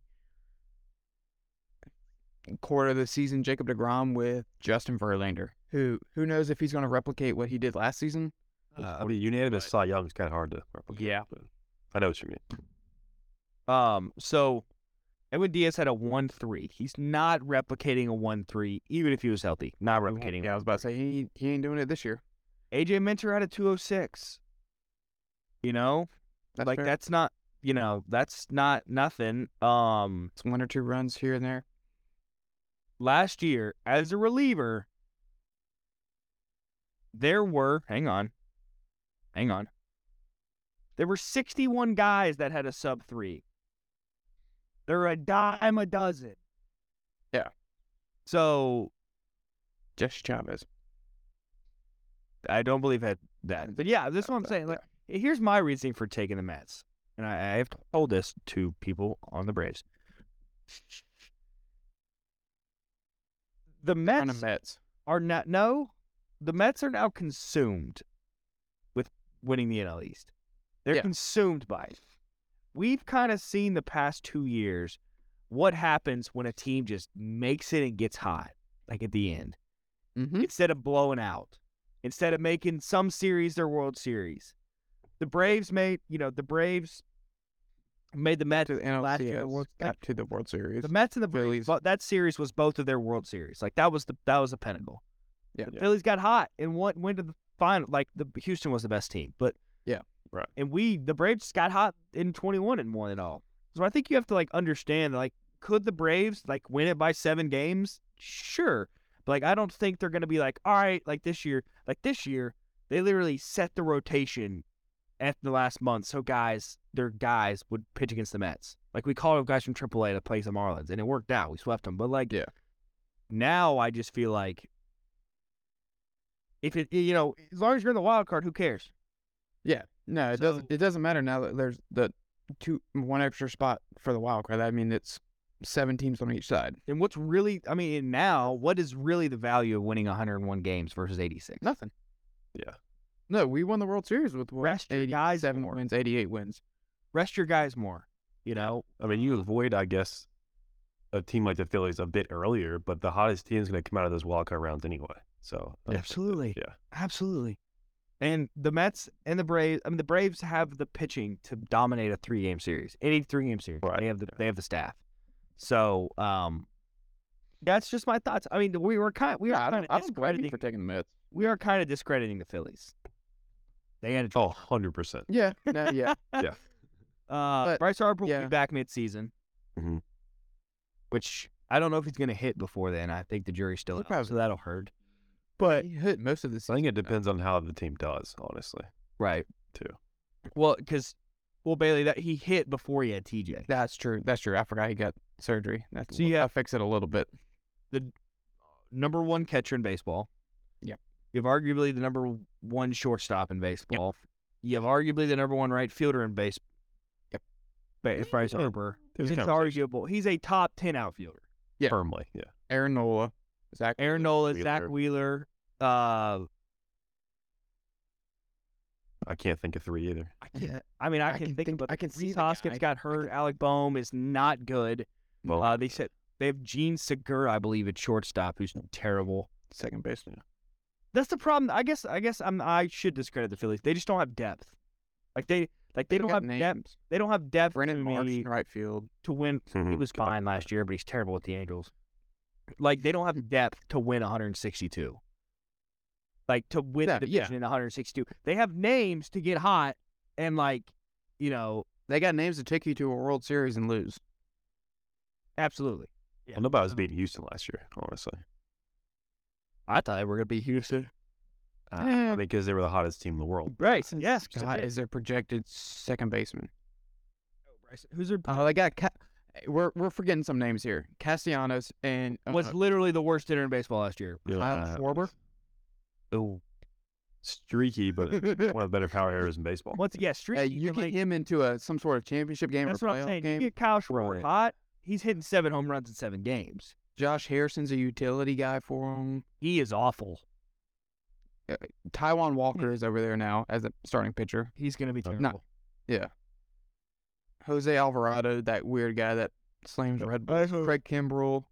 A: quarter of the season Jacob DeGrom with Justin Verlander, who who knows if he's going to replicate what he did last season.
C: Uh,
B: I mean, unanimous Cy Young is kind of hard to replicate.
C: Yeah.
B: but I know what you mean.
C: Um. So Edwin Diaz had a one three. He's not replicating a one three, even if he was healthy. Not replicating.
A: Mm-hmm. Yeah, I was about to say he he ain't doing it this year.
C: AJ Minter had a two oh six. You know,
A: That's
C: like
A: fair.
C: that's not you know that's not nothing um
A: It's one or two runs here and there.
C: last year as a reliever there were hang on hang on there were 61 guys that had a sub 3 they're a dime a dozen
A: Yeah.
C: so
A: Jesse Chavez.
C: i don't believe that that but yeah this is what i'm
A: Uh,
C: saying like here's my reasoning for taking the mets and i, I have told this to people on the braves the
A: yeah. kind
C: mets
A: of Mets.
C: are not no the mets are now consumed with winning the nl east they're
A: Yeah.
C: consumed by it we've kind of seen the past two years what happens when a team just makes it and gets hot like at the end
A: Mm-hmm.
C: instead of blowing out, instead of making some series their World Series. The Braves made, you know, the Braves made the Mets
A: To the NLCS,
C: last year. the World-
A: got to the World Series.
C: The Mets and the Braves,
A: Phillies.
C: but that series was both of their World Series. Like that was the that was the pinnacle.
A: Yeah.
C: the
B: Yeah.
C: Phillies got hot and won, went to the final. Like the Houston was the best team, but
A: Yeah.
B: Right.
C: And we the Braves got hot in twenty one and won it all. So I think you have to like understand like could the Braves like win it by seven games? Sure, but like I don't think they're gonna be like all right like this year like this year they literally set the rotation at the last month so guys their guys would pitch against the Mets. Like we called up guys from AAA to play the Marlins and it worked out. We swept them, but like
A: Yeah.
C: now I just feel like if it you know as long as you're in the wild card, who cares?
A: Yeah. No, it doesn't.
C: So-
A: It doesn't matter now that there's the two one extra spot for the wild card. I mean, it's seven teams on each side.
C: And what's really, I mean, and now, what is really the value of winning 101 games versus 86?
A: Nothing.
B: Yeah.
A: No, we won the World Series with what?
C: Rest your guys
A: 87
C: more.
A: wins, 88 wins.
C: Rest your guys more. You know,
B: I mean, you avoid, I guess, a team like the Phillies a bit earlier, but the hottest team is going to come out of those wildcard rounds anyway. So I don't think that-
C: Absolutely.
B: yeah.
C: absolutely. And the Mets and the Braves. I mean, the Braves have the pitching to dominate a three-game series, any three-game series.
B: Right.
C: They have the they have the staff. So, um, that's just my thoughts. I mean, we were kind we
A: Yeah,
C: are
A: I
C: kind
A: don't, I
C: of
A: don't blame you
C: discrediting.
A: for taking the Mets.
C: we are kind of discrediting the Phillies. They had a
B: Oh, 100%.
A: <laughs> Yeah, no, yeah.
C: Uh,
A: Oh, But-
C: Bryce Harper will
A: yeah. Mm-hmm.
C: be back mid-season,
B: Mhm.
C: which I don't know if he's going to hit before then. I think the jury's still
A: He'll
C: out, so
A: probably-
C: that'll hurt.
A: But he hit most of the
B: I
A: season.
B: think it depends on how the team does, honestly.
C: Right.
B: Too.
C: Well, because well Bailey that he hit before he had TJ.
A: That's true. That's true. I forgot he got surgery. That's
C: So you have-
A: I fix it a little bit.
C: number one catcher in baseball.
A: Yep.
C: You have arguably the number one shortstop in baseball. You have arguably the number one right fielder in baseball.
A: Yep.
C: Ba- Bryce Harper.
B: There's
C: It's
B: conversation.
C: arguable. He's a top ten outfielder.
A: Yeah.
B: Firmly. Yeah.
A: Aaron Nola, Zach.
C: Aaron Nola, Zach Wheeler. Uh,
B: I can't think of three either.
C: I can't. I mean, I, can, think, about.
A: I can see
C: Reese
A: the
C: Hoskins
A: guy.
C: got hurt. Alec Boehm is not good.
B: Well, <laughs>
C: Uh, they said they have Gene Segura, I believe, at shortstop, who's terrible.
A: second baseman.
C: That's the problem. I guess. I guess I'm. I should discredit the Phillies. They just don't have depth. Like they. Like they, don't have depth. They don't have depth
A: Brandon
C: to,
A: Marsh
C: me
A: in right field.
C: to win. He was fine last year, but he's terrible with the Angels. Like they don't have depth to win 162. Like to win
A: Yeah,
C: the
A: yeah.
C: division in 162, they have names to get hot and like you know
A: They got names to take you to a World Series and lose.
C: absolutely.
B: Well, nobody
C: Um
B: was beating Houston last year, honestly.
C: I thought they were gonna be Houston.
B: Uh,
A: Eh.
B: because they were the hottest team in the world.
C: Bryson. Yes.
A: Scott is their projected second baseman.
C: Bryson. Who's their
A: Oh, they got. Ca- we're we're forgetting some names here. Castellanos and uh,
C: was
A: uh,
C: literally the worst hitter in baseball last year.
B: You know,
A: Kyle
B: uh,
A: Schwarber.
C: Oh,
A: <laughs>
B: Streaky, but one of the better power hitters in baseball.
C: once yeah, street.
A: Uh, you get him into a some sort of championship game
C: that's
A: or
C: what I'm
A: playoff
C: saying. You
A: game.
C: get Kyle
B: Right.
C: Schwarber hot. He's hitting seven home runs in seven games.
A: Josh Harrison's a utility guy for him.
C: He is awful. Hmm.
A: Taiwan Walker is over there now as a starting pitcher.
C: He's gonna be terrible.
A: No. Jose Alvarado, that weird guy that slams red balls. Craig Kimbrell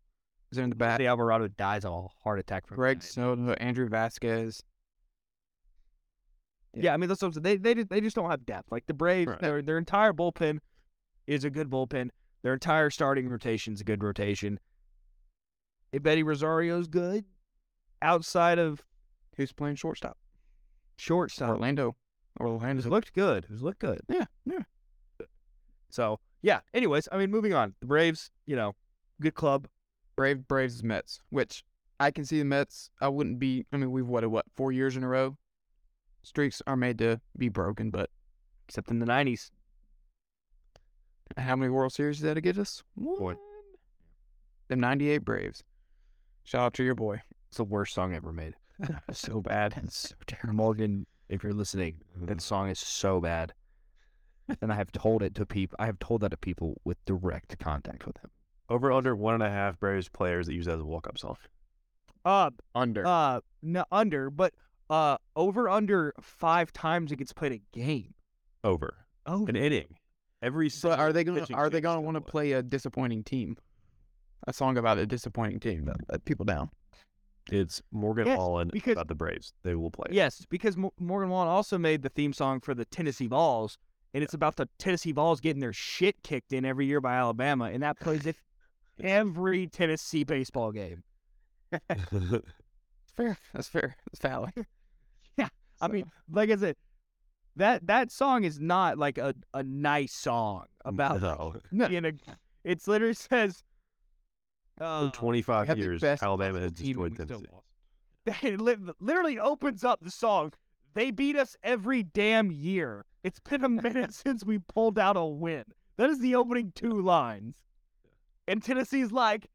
A: is in the bat.
C: The Alvarado dies of a heart attack from
A: Greg
C: that.
A: Soto, Andrew Vasquez.
C: Yeah. I mean that's what I'm saying. They they just, they just don't have depth. Like the Braves,
B: Right.
C: their their entire bullpen is a good bullpen. Their entire starting rotation is a good rotation. If Betty Rosario's good, outside of
A: Who's playing shortstop?
C: shortstop,
A: Orlando. Orlando's
C: who's looked good, who's looked good.
A: Yeah, yeah.
C: So yeah. Anyways, I mean, moving on. The Braves, you know, good club.
A: Brave Braves is Mets, which I can see the Mets. I wouldn't be. I mean, we've what what four years in a row. Streaks are made to be broken, but
C: Except in the nineties,
A: how many World Series did that get us?
C: One.
A: Them ninety-eight Braves. Shout out to your boy.
C: it's the worst song ever <laughs> made. so bad. It's so terrible. Mm-hmm. Morgan, if you're listening, that song is so bad. and I have told it to people. I have told that to people with direct contact with him.
B: Over under one and a half Braves players that use that as a walk up song.
C: Uh,
A: Under.
C: uh, no, under, but uh, over under five times it gets played a game.
B: Over.
C: Oh,
B: An inning. Every
A: so
B: single
A: are they gonna
B: pitching
A: are they
B: change
A: gonna
B: that
A: want to
B: one.
A: play a disappointing team? A song about a disappointing team that let people down.
B: It's Morgan
C: Yes,
B: Allen
C: because-
B: about the Braves. They will play. <laughs>
C: yes, because Mo- Morgan Wallen also made the theme song for the Tennessee Vols, and it's about the Tennessee Vols getting their shit kicked in every year by Alabama, and that plays <sighs> at every Tennessee baseball game.
A: Fair. That's fair. That's <laughs> valid.
C: Yeah, I
A: So-
C: mean, like I said, that that song is not like a, a nice song about
B: no.
A: No.
C: <laughs> being a. It's literally says. Uh,
B: For 25
A: um, have the
B: years,
A: best
B: Alabama has
A: possible team and
B: destroyed
A: we still
B: Tennessee.
A: lost.
C: <laughs> it li- literally opens up the song. They beat us every damn year. It's
A: <laughs>
C: been a minute since we pulled out a win. That is the opening two lines, and Tennessee's like,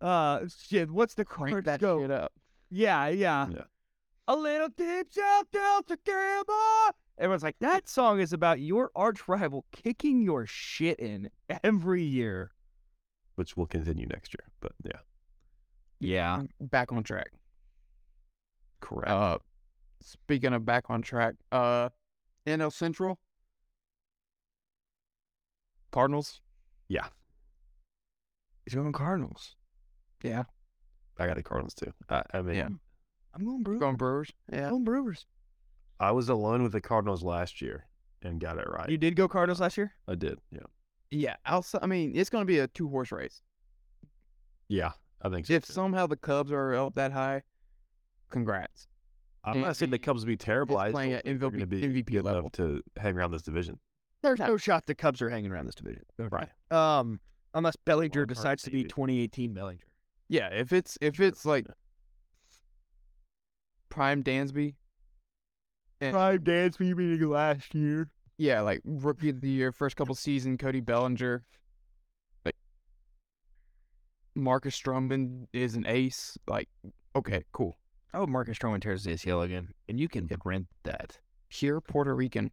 C: "Uh, shit, what's the
A: Crank
C: chorus
A: that
C: go?
A: shit up.
C: Yeah, yeah.
B: Yeah.
C: A little ditch out Delta Gamma. Everyone's like, that song is about your arch rival kicking your shit in every year.
B: which will continue next year. But yeah,
A: Uh.
C: Yeah.
A: back on track.
B: correct.
A: Uh, speaking of back on track, uh, NL Central, Cardinals.
B: Yeah.
A: he's going Cardinals. Yeah,
B: I got the Cardinals too. I, I mean,
A: Yeah.
C: I'm going Brewers.
A: going Brewers. Yeah,
C: going Brewers.
B: I was alone with the Cardinals last year and got it right.
C: You did go Cardinals last year?
B: I did. Yeah.
A: yeah. Outside, I mean, it's going to be a two horse race.
B: Yeah. I think so.
A: If
B: too.
A: somehow the Cubs are up that high, congrats.
B: I'm not saying the Cubs will be terrible.
A: It's
B: I just
A: playing
B: don't
A: at
B: think they're gonna
A: MVP
B: be
A: MVP
B: good enough
A: level.
B: to hang around this division.
C: There's no shot the Cubs are hanging around this division.
B: Right.
C: Um, unless Bellinger
B: Wild card
C: decides to be
B: seeded.
C: 2018 Bellinger.
A: Yeah, if it's if it's like prime Dansby,
C: Prime dance we meeting last year.
A: yeah, like rookie of the year, first couple season, Cody Bellinger, like Marcus Stroman is an ace. Like, okay, cool.
C: I hope Marcus Stroman tears his ACL again, and you can print that.
A: Pure Puerto Rican.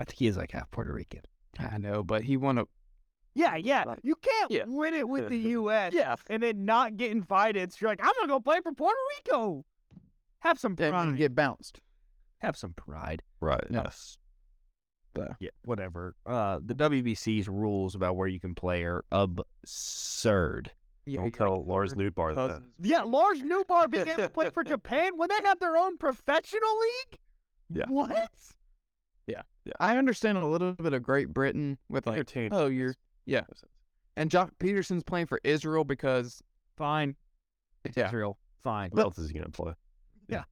C: I think he is like half Puerto Rican.
A: I know, but he won a
C: Yeah, yeah.
A: Like-
C: You can't
A: Yeah.
C: win it with <laughs> the U.S. and then not get invited. So you're like, I'm gonna go play for Puerto Rico. Have some
A: and
C: pride.
A: get bounced.
C: Have some pride.
B: Right.
A: Yeah.
B: Yes.
C: Yeah, whatever. Uh, the WBC's rules about where you can play are absurd.
A: Yeah,
B: Don't tell Lars Newbar that.
A: Cousins.
C: Yeah, Lars Newbar began to play <laughs> for Japan when they have their own professional league.
B: Yeah.
C: What?
A: I understand a little bit of Great Britain with like
B: Entertain-
A: oh you're yeah, and Jock Peterson's playing for Israel because
C: Fine,
A: yeah
C: Israel. Fine.
B: What else is he going to play?
A: yeah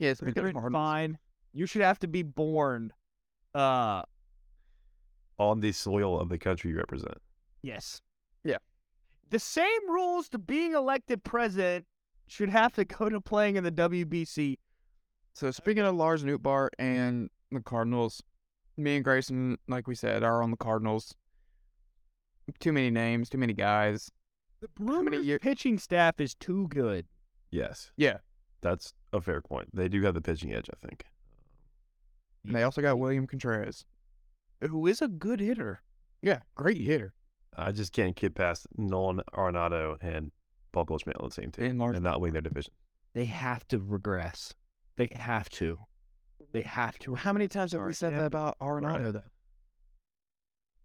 A: it's because Cardinals.
C: Fine. You should have to be born. Uh,
B: On the soil of the country you represent.
C: yes.
A: Yeah.
C: The same rules to being elected president should have to go to playing in the WBC.
A: So speaking of Lars Nootbaar and the Cardinals, me and Grayson, like we said, are on the Cardinals. Too many names, too many guys.
C: The Brewers'
A: year-
C: pitching staff is too good.
B: Yes.
A: Yeah.
B: That's a fair point. They do have the pitching edge, I think.
A: And they also got William Contreras.
C: Who is a good hitter?
A: Yeah, great hitter.
B: I just can't get past Nolan Arenado and Paul Goldschmidt on the same team
A: And Lars,
B: and not win their division.
C: They have to regress. They have to. They have to.
A: how many times have we
C: Sorry.
A: said that about Arenado?
B: Right.
A: Though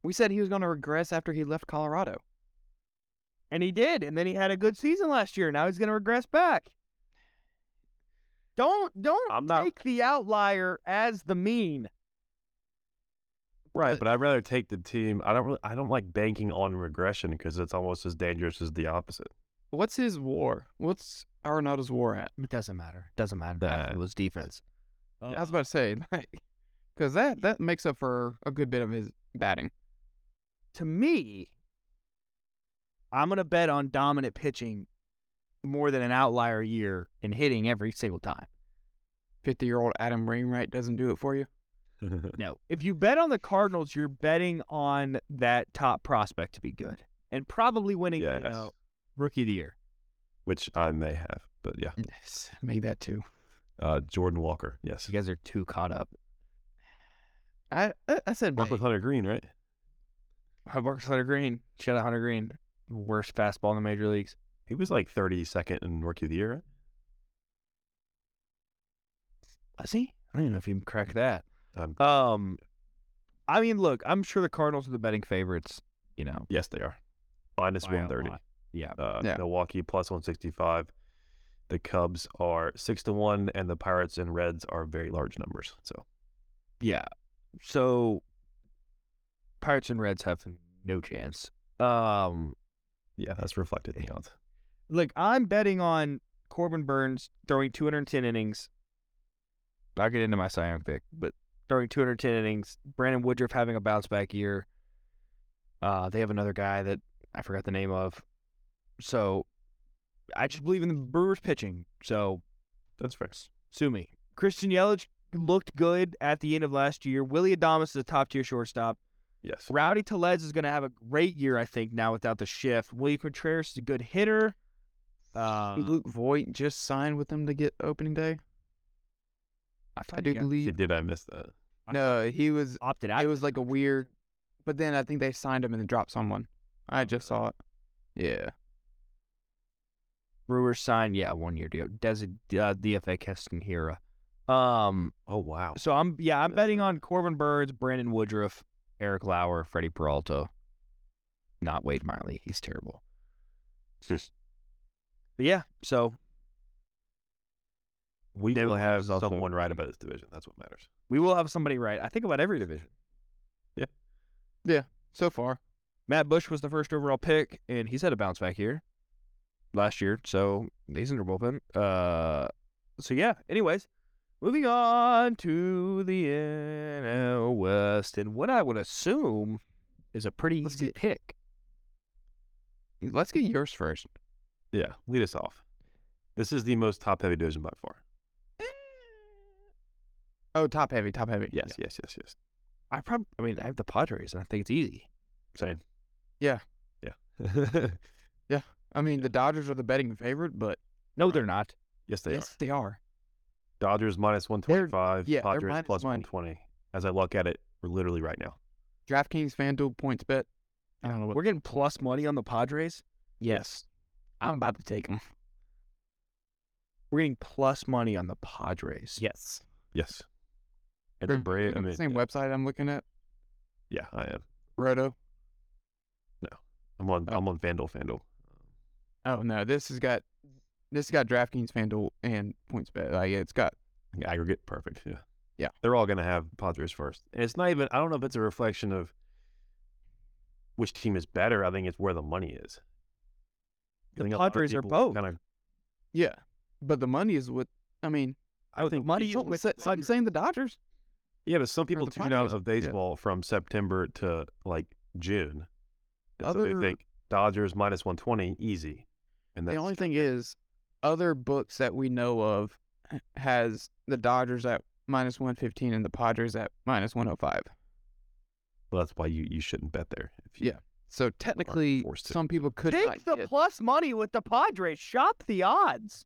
A: we said he was going to regress after he left Colorado.
C: And he did. And then he had a good season last year. Now he's going to regress back. Don't don't
B: I'm not-
C: take the outlier as the mean.
B: Right, but I'd rather take the team. I don't really, I don't like banking on regression because it's almost as dangerous as the opposite. <laughs>
A: What's his WAR? What's Arenado's WAR at?
C: It doesn't matter. Doesn't matter.
B: That-
C: It was defense.
A: I was about to say, <laughs> like, because that that makes up for a good bit of his batting.
C: to me, I'm gonna bet on dominant pitching more than an outlier year and hitting every single time.
A: Fifty-year-old Adam Wainwright doesn't do it for you.
C: No. If you bet on the Cardinals, you're betting on that top prospect to be good and probably winning you
B: Yes.
C: know, rookie of the year.
B: Which I may have, but yeah.
A: Yes, make that too.
B: Uh, Jordan Walker, yes.
C: You guys are too caught up.
A: I I I said
B: Work with Hunter Green, right?
C: Marcus Hunter Green. Shout out Hunter Green. Worst fastball in the major leagues.
B: He was like 32nd in Rookie of the Year. right?
C: Was he? I don't even know if he cracked that.
B: Um,
C: Um, I mean, look, I'm sure the Cardinals are the betting favorites. You know,
B: yes, they are. Minus
C: by a
B: 130.
C: lot. Yeah.
B: Uh,
A: Yeah.
B: Milwaukee plus 165. The Cubs are 6 to 1, and the Pirates and Reds are very large numbers. So
C: Yeah. So Pirates and Reds have no chance. Um
B: yeah, that's reflected in the odds.
C: look, I'm betting on Corbin Burns throwing 210 innings. I'll get into my Cy Young pick, but throwing 210 innings, Brandon Woodruff having a bounce back year. Uh they have another guy that I forgot the name of. So I just believe in the Brewers pitching. So
B: That's fair.
C: Sue me. Christian Yelich looked good at the end of last year. Willie Adamas is a top tier shortstop.
B: Yes.
C: Rowdy Telez is going to have a great year, I think, now without the shift. Willie Contreras is a good hitter. Uh,
A: Luke Voigt just signed with them to get opening day. I do believe.
B: Did I miss that?
A: No, he was.
C: opted
A: It
C: out.
A: was like a weird. But then I think they signed him and then dropped someone. I just saw it.
C: Yeah. Brewers signed, yeah, one year deal. Desi, uh, DFA Keston Hira. Um,
B: Oh wow.
C: so I'm yeah, I'm betting on Corbin Burns, Brandon Woodruff, Eric Lauer, Freddie Peralta. Not Wade Miley. He's terrible. But yeah, so
B: we
C: Devil
B: will have
C: is also-
B: someone right about this division. That's what matters.
C: we will have somebody right. I think about every division.
A: So far,
C: Matt Bush was the first overall pick, and he's had a bounce back year last year, so he's in their bullpen. Uh, so yeah. Anyways, moving on to the NL West, and what I would assume is a pretty
A: Let's
C: easy pick.
A: let's get yours first.
B: Yeah, lead us off. This is the most top heavy division by far.
A: Oh, top heavy, top heavy.
B: Yes, yes, yes, yes.
C: I probably, I mean, I have the Padres, and I think it's easy.
B: Same.
A: Yeah.
B: Yeah. <laughs>
A: I mean, the Dodgers are the betting favorite, but
C: No, they're not.
B: yes, they
A: yes, they are.
B: are. Dodgers minus one twenty five.
A: yeah, they're
B: Padres
A: minus
B: plus
A: money.
B: one twenty. As I look at it, we're literally right now.
A: DraftKings, FanDuel, points bet. I don't know what.
C: We're getting plus money on the Padres.
A: yes, I'm about to take them.
C: We're getting plus money on the Padres.
A: Yes,
B: Yes. And the Braves. I mean,
A: same website I'm looking at.
B: yeah, I am.
A: Roto.
B: I'm on.
A: Oh.
B: I'm on Vandal. Vandal.
A: Oh no, this has got this has got DraftKings, FanDuel, and points bet. Like it's got
B: Aggregate, perfect. Yeah.
A: Yeah.
B: They're all going to have Padres first. And it's not even, I don't know if it's a reflection of which team is better. I think it's where the money is.
C: The Padres are both.
B: Kind of,
A: yeah, but the money is with. I mean,
B: I would think
A: money is with. So, I'm saying the Dodgers.
B: Yeah, but some people
A: the
B: tune out
A: Padres.
B: of baseball from September to like June. And so
A: Other-
B: they think Dodgers minus 120, easy. And
A: The
B: that's
A: only thing is, other books that we know of h- has the Dodgers at minus one fifteen and the Padres at minus one hundred five.
B: well, that's why you, you shouldn't bet there. If you,
A: Yeah. So technically,
B: forced to.
A: some people could not
C: Take the
A: get-
C: plus money with the Padres. Shop the odds.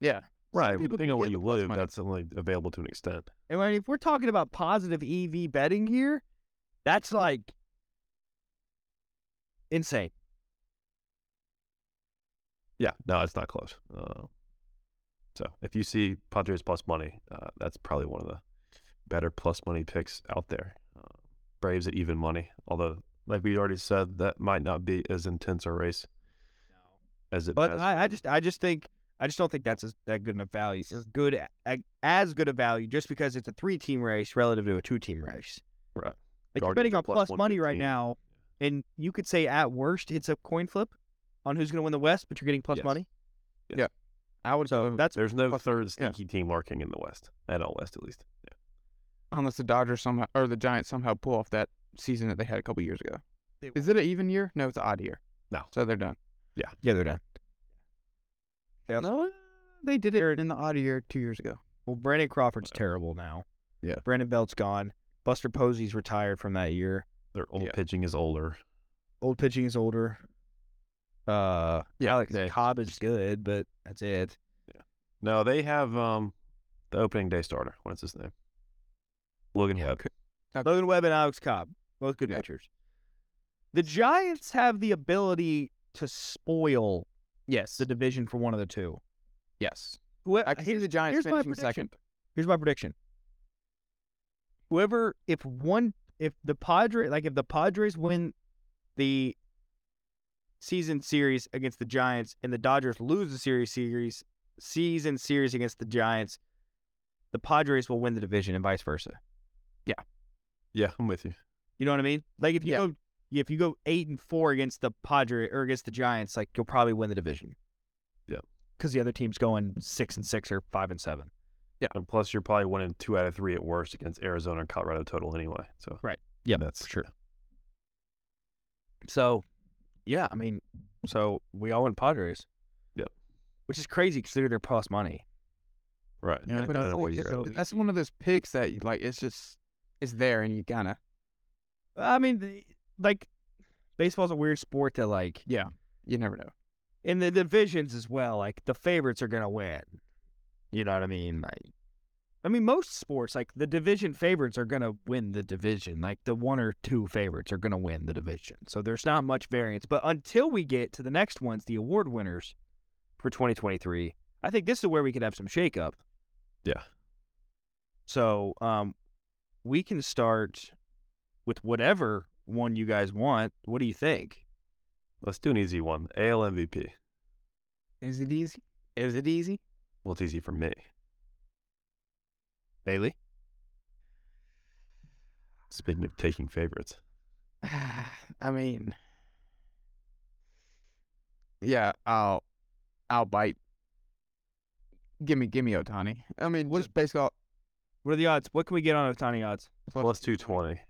A: yeah.
B: Right.
A: people
B: Depending
A: can
B: on where
A: get
B: you
A: the plus
B: live,
A: money.
B: that's only available to an extent.
C: And when, if we're talking about positive EV betting here, that's like insane.
B: Yeah, no, it's not close. Uh, so if you see Padres plus money, uh, that's probably one of the better plus money picks out there. Uh, Braves at even money, although like we already said, that might not be as intense a race as it.
C: But
B: has
C: I, I
B: been.
C: just, I just think, I just don't think that's as, that good enough value. As good a- a- as good a value, just because it's a three-team race relative to a two-team race.
B: Right.
C: Like you're
B: Guardians
C: betting
B: are
C: on
B: plus
C: plus money right
B: 115.
C: now, and you could say at worst it's a coin flip on who's going to win the West, but you're getting plus
B: Yes.
C: money.
A: I would
C: So
A: go
C: that's
B: there's no
A: plus-
B: third
A: yeah.
B: sneaky team lurking in the West at all West at least. Yeah.
A: unless the Dodgers somehow or the Giants somehow pull off that season that they had a couple years ago. Is it an even year? No, it's an odd year.
B: No.
A: So they're done.
C: yeah, they're done. Yeah.
A: No, they did it in the odd year two years ago.
C: Well, Brandon Crawford's terrible now.
A: Yeah.
C: Brandon Belt's gone. Buster Posey's retired from that year.
B: Their old
A: Yeah.
B: pitching is older.
C: Old pitching is older. Uh,
A: Yeah,
C: Alex
A: they-
C: Cobb is good, but that's it.
B: No, they have um the opening day starter. What's his name? Logan Webb.
C: Logan Webb and Alex Cobb, both good
A: Yeah.
C: pitchers. The Giants have the ability to spoil
A: Yes.
C: the division for one of the two.
A: yes.
C: Whoe-
A: I can see
C: here's-
A: the Giants
C: here's my
A: finishing
C: prediction.
A: second.
C: here's my prediction. Whoever, if one, if the Padres, like if the Padres win the season series against the Giants and the Dodgers lose the series series season series against the Giants, the Padres will win the division and vice versa.
B: Yeah, I'm with you.
C: You know what I mean? Like if you
A: Yeah.
C: go, if you go eight and four against the Padres or against the Giants, like you'll probably win the division.
B: Yeah.
C: because the other team's going six and six or five and seven.
B: And plus, you're probably winning two out of three at worst against Arizona and Colorado total anyway. So
C: Right. Yeah,
B: that's
C: for sure. So, yeah, I mean, so we all went Padres.
B: Yep.
C: Which is crazy because they're their plus money.
B: right.
A: Yeah,
B: I
A: but
B: don't
A: it's
B: know what
A: always-
B: you're at.
A: it's- that's one of those picks that you, like it's just it's there and you kind of
C: I mean, the- like, baseball's a weird sport that, like,
A: yeah you never know.
C: in the divisions as well, like, the favorites are going to win. You know what I mean? Like, I mean, most sports, like the division favorites are going to win the division. Like the one or two favorites are going to win the division. So there's not much variance. But until we get to the next ones, the award winners for 2023, I think this is where we could have some shakeup.
B: Yeah.
C: So um, we can start with whatever one you guys want. What do you think?
B: Let's do an easy one. AL MVP.
A: Is it easy? Is it easy? <sighs>
B: Well, it's easy for me.
C: Bailey?
B: Speaking of taking favorites,
A: I mean, yeah, I'll, I'll bite. Give me, give me Otani. I mean,
C: What-
A: just basically all-
C: What are the odds? What can we get on Otani odds?
B: plus 220.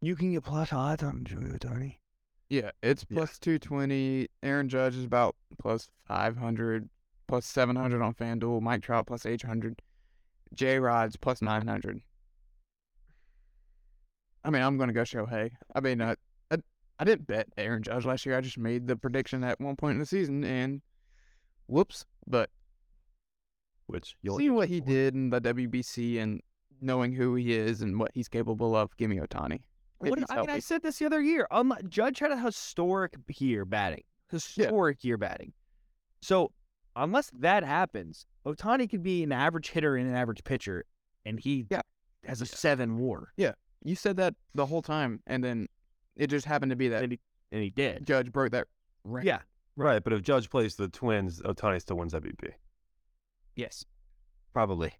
C: You can get plus odds on Julio Otani.
A: Yeah, it's
B: Yeah.
A: plus two twenty. Aaron Judge is about plus five hundred, plus seven hundred on FanDuel. Mike Trout plus eight hundred. J Rod's plus nine hundred. I mean, I'm gonna go Shohei. I mean, uh, I I didn't bet Aaron Judge last year. I just made the prediction at one point in the season, and whoops. But
B: Which you'll
A: seeing what he did in the WBC and knowing who he is and what he's capable of, give me Otani. If
C: What,
A: he's
C: I mean, I
A: healthy.
C: said this the other year. Um, Judge had a historic year batting, historic year batting. So unless that happens, Otani could be an average hitter and an average pitcher, and he
A: Yeah.
C: has a seven WAR,
A: You said that the whole time, and then it just happened to be that
C: And and he did.
A: Judge broke that record.
C: Yeah.
B: Right, but if Judge plays the Twins, Otani still wins MVP.
C: Yes, probably.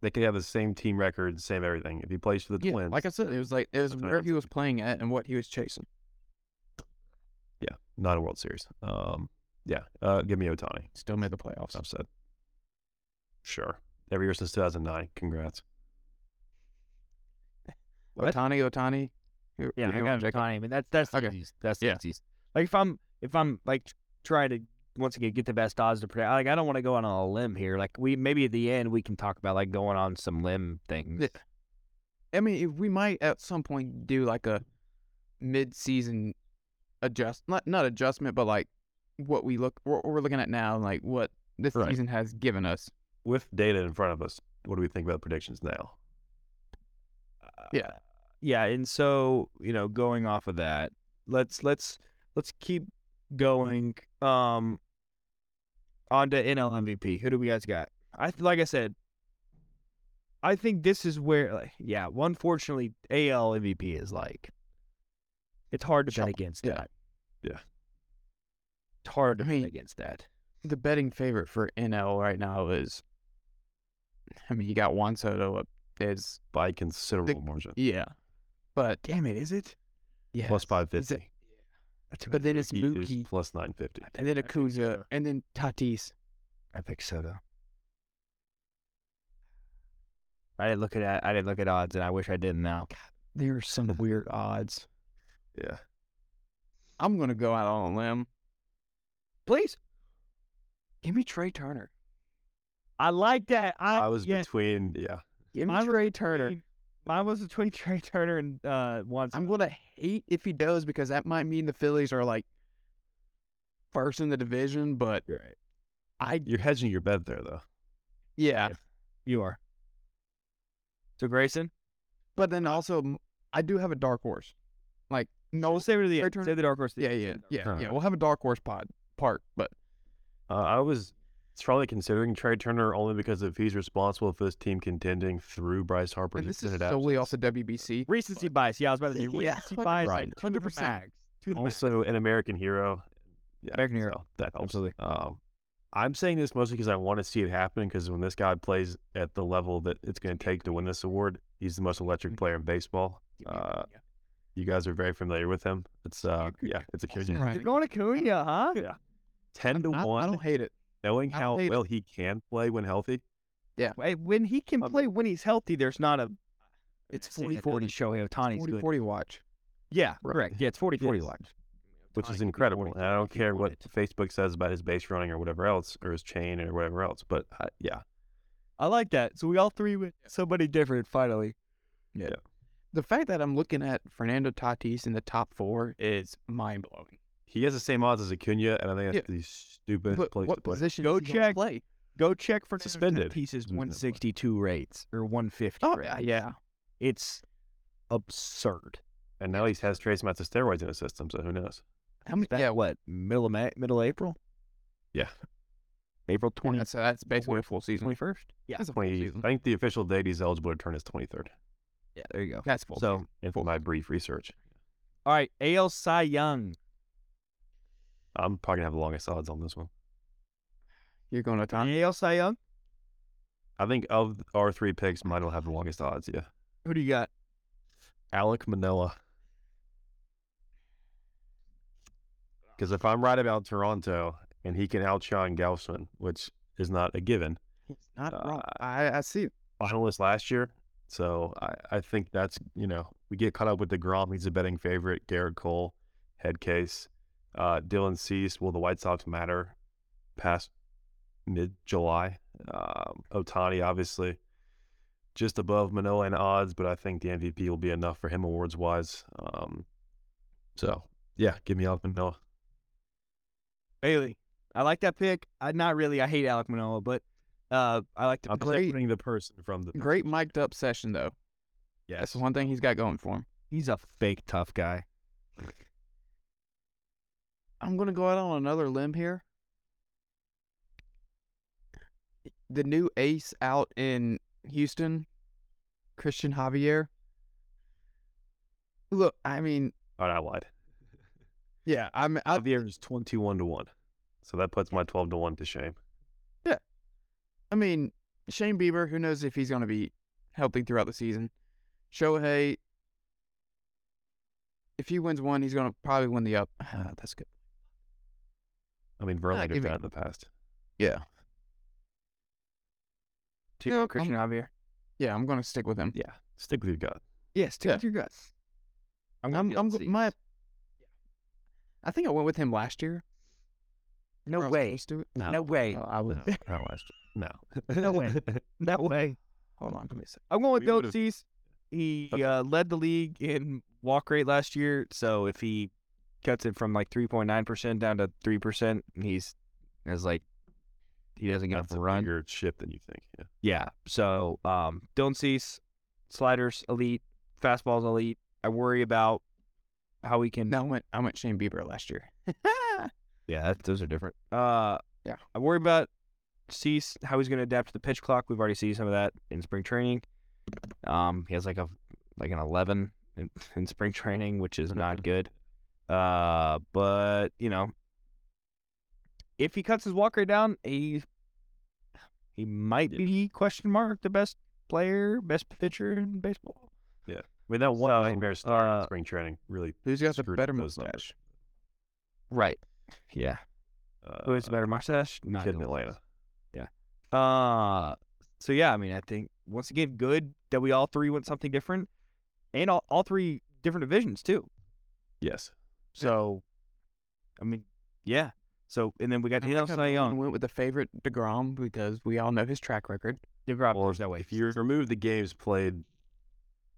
B: They could have the same team record, same everything. If he plays for the
A: Yeah,
B: Twins,
A: like I said, it was like it was
B: That's what I
A: where
B: was
A: he was playing at and what he was chasing.
B: yeah, not a World Series. Um, yeah, uh, give me Otani.
A: Still made the playoffs.
B: Enough said. Sure. Every year since 2009. Congrats.
C: What?
A: Otani, Otani. Who-
C: Yeah,
A: who
C: I
A: you
C: got
A: want,
C: Otani.
A: Jacob?
C: I mean, that's that's the
A: Okay.
C: easiest. That's the
A: Yeah.
C: easiest. Like if I'm if I'm like tr- trying to once again get the best odds to predict, like I don't want to go on a limb here. Like we maybe at the end we can talk about like going on some limb things.
A: Yeah. I mean, if we might at some point do like a mid-season adjust, not not adjustment, but like what we look what we're looking at now, like what this
B: Right.
A: season has given us.
B: With data in front of us, what do we think about predictions now?
A: Yeah.
C: Uh, yeah, and so you know, going off of that, let's let's let's keep going. Um, on to NL MVP. Who do we guys got? I th- like I said, I think this is where, like, yeah. well, Unfortunately, AL MVP is like it's hard to bet
A: Sure.
C: against
A: Yeah.
C: that.
B: Yeah.
C: it's hard to
A: I
C: bet
A: mean-
C: against that.
A: The betting favorite for NL right now is, I mean, you got Juan Soto up. Is
B: By a considerable margin,
A: yeah, but
C: Damn it, is it?
A: yeah,
B: plus 550.
C: That's
A: But then it's
B: He is
A: Mookie,
B: plus 950.
A: and then
C: I think
A: Acuna,
C: so.
A: and then Tatis.
C: I picked Soto. I didn't look at I didn't look at odds, and I wish I didn't now.
A: There are
C: <laughs>
A: some weird odds.
B: Yeah.
A: I'm gonna go out on a limb.
C: Please,
A: Give me Trey Turner.
C: I like that. I,
B: I was
C: yeah,
B: between, yeah.
A: Give me
C: My
A: Trey Turner.
C: between- mine was between Trey <laughs> Turner and uh, one.
A: I'm gonna hate if he does because that might mean the Phillies are like first in the division. But
C: right.
A: I
B: You're hedging your bet there, though.
A: yeah.
C: You are. So Grayson,
A: But then also m- I do have a dark horse. Like no,
C: we'll save it to the
A: Trey
C: end.
A: Turner-
C: Save the dark horse. to the
A: yeah,
C: end.
A: yeah, yeah,
B: Alright.
A: yeah. We'll have a dark horse pod part, but
B: Uh, I was strongly considering Trey Turner only because if he's responsible for this team contending through Bryce Harper,
A: and this is solely <laughs> also WBC.
C: Recency bias. Yeah, I was about to say
A: <laughs> Yeah,
C: recency bias.
B: right.
C: like, Hundred percent. To the max.
B: <laughs> also an American hero. Yeah,
C: American hero.
B: that helps.
C: Absolutely.
B: Um, I'm saying this mostly because I want to see it happen. Because when this guy plays at the level that it's going to take to win this award, he's the most
A: Mm.
B: electric player in baseball. Uh, you guys are very familiar with him. It's uh, yeah, it's a crazy
A: Right.
C: You're going to
A: <laughs>
C: Cunha, huh?
B: Yeah. ten to
A: I, I
B: one.
A: don't hate it.
B: Knowing
A: I don't
B: how
A: hate it.
B: well he can play when healthy,
C: Hey, When he can
B: Um,
C: play when he's healthy, there's not a.
A: It's
C: I say that
A: 40-40.
C: doesn't show Otani's
A: 40,
C: good.
A: 40 watch.
C: Yeah,
B: Right.
C: correct. Yeah, it's 40 40
B: Yes.
C: watch.
B: which
C: Otani
B: is
C: could be
B: incredible.
C: 40,
B: And I don't
C: if he
B: care what
C: wanted.
B: Facebook says about his base running or whatever else, or his chain or whatever else. But uh, yeah,
C: I like that. So we all three went somebody different finally.
A: The fact that I'm looking at Fernando Tatis in the top four is mind blowing.
B: he has the same odds as Acuna, and I think that's the stupid
A: But
B: place
A: what
B: to play.
A: position
C: Go
A: does he gonna
C: check.
A: play?
C: Go check for
B: Suspended.
C: pieces
B: Mm,
C: 162 rates or 150
A: Oh
C: rates.
A: yeah, yeah.
C: It's absurd.
B: And now he has trace amounts of steroids in his system, so who knows?
C: How much? That,
A: Yeah.
C: what middle of May, middle of April?
B: Yeah.
C: April 20.
A: That's that's basically a full season.
C: Twenty first. Yeah.
A: That's a full
B: 20, I
A: season.
B: think the official date he's eligible to turn is 23rd.
C: Yeah. There you go.
A: That's full.
C: So,
B: And for my brief research,
C: all right, AL Cy Young.
B: I'm probably gonna have the longest odds on this one.
A: you're going to time.
C: AL Cy Young.
B: I think of our three picks, mine will have the longest odds. Yeah,
C: Who do you got?
B: Alec Manoa. Because if I'm right about Toronto and he can outshine Gaussman, which is not a given,
A: He's not
B: Uh,
A: wrong. I, I see. it.
B: finalist last year. So I, I think that's, you know, we get caught up with DeGrom. He's a betting favorite. Garrett Cole, head case. Uh, Dylan Cease, will the White Sox matter past mid July? Um, Otani, obviously, just above Manoa in odds, but I think the MVP will be enough for him awards wise. Um, so, yeah, give me Alec Manoa.
C: Bailey. I like that pick. I not really. I hate Alec Manoa, but uh, I like the
B: I'm
C: pick.
A: Great.
B: separating the person from the. <laughs>
A: Great mic'd up session though. That's
B: Yes.
A: the one thing he's got going for him.
C: He's a fake tough guy.
A: I'm gonna go out on another limb here. The new ace out in Houston, Christian Javier. Look, I mean,
B: All right, I lied.
A: yeah, I'm. I,
B: Javier is 21 to 1. So that puts my 12 to 1 to shame.
A: I mean, Shane Bieber. Who knows if he's gonna be healthy throughout the season? Shohei. If he wins one, he's gonna probably win the up. <sighs> Ah, that's good.
B: I mean, Verlander
A: give
B: done
A: me-
B: it in the past.
A: Yeah.
C: Two,
A: Yeah,
C: Christian Javier.
A: Yeah, I'm gonna stick with him.
B: Yeah, stick with your gut.
C: Yeah, stick
A: Yeah.
C: with your guts.
A: I'm.
C: with
A: I'm,
C: Dylan
A: go-
C: Cease.
A: my. I think I went with him last year. Or I
C: No
A: was
C: way.
A: supposed to.
B: No,
C: No way.
A: Oh, I was.
B: no, <laughs> not last year. No, <laughs>
C: No way. No way.
A: Hold on, give me a second.
C: I'm going with
B: We
C: Bill
B: would've-
C: Cease. He
B: Okay.
C: uh, led the league in walk rate last year, so if he cuts it from like 3.9 percent down to three percent, he's is like he doesn't get
B: That's
C: to
B: a
C: run.
B: bigger ship than you think. Yeah.
C: Yeah. So um, don't cease. Sliders elite, fastballs elite. I worry about how we can.
A: No, I went. I went Shane Bieber last year. <laughs>
C: Yeah, that, those are different. Uh,
A: Yeah.
C: I worry about Cease how he's going to adapt to the pitch clock. We've already seen some of that in spring training. Um, he has like a like an eleven in, <laughs> in spring training, which is not good. Uh, but you know, if he cuts his walk rate down, he he might be question mark the best player, best pitcher in baseball.
B: I mean, that one
C: So,
B: nightmare start in
C: uh,
B: spring training really.
A: Who's got the
B: Screwed
A: better
B: those numbers.
A: mustache?
C: Right. Yeah.
B: Uh,
C: Who has Oh, a better mustache? Not
B: kid in
C: Dylan Cease.
B: Atlanta.
C: Uh so yeah, I mean, I think once again, good that we all three went something different, and all, all three different divisions too.
B: Yes.
C: So, I mean, yeah. So and then we got
A: I
C: Daniel
A: think I
C: Cy Young.
A: went with the favorite Degrom because we all know his track record.
C: DeGrom,
B: Well,
C: there's no way.
B: If you remove the games played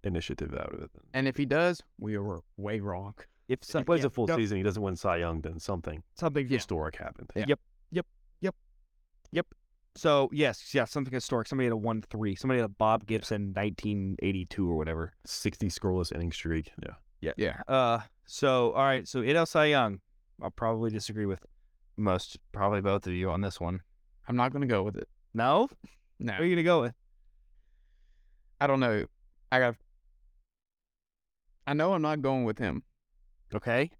B: initiative out of it, then.
A: And if he does, we were way wrong.
B: If
C: if
B: he
C: some,
B: plays
C: yeah,
B: a full
C: no,
B: season, he doesn't win Cy Young, then something
C: something just
B: historic happened.
A: Yeah.
C: so yes, yeah, something historic. Somebody had a one three. Somebody had a Bob Gibson, nineteen eighty two or whatever.
B: 60 scoreless inning streak. Yeah.
A: Yeah.
C: Uh, so all right, so NL Cy Young, I'll probably disagree with most, probably both of you on this one.
A: I'm not gonna go with it.
C: No,
A: No,
C: who are you gonna go with?
A: I don't know. I got. I know I'm not going with him.
C: Okay.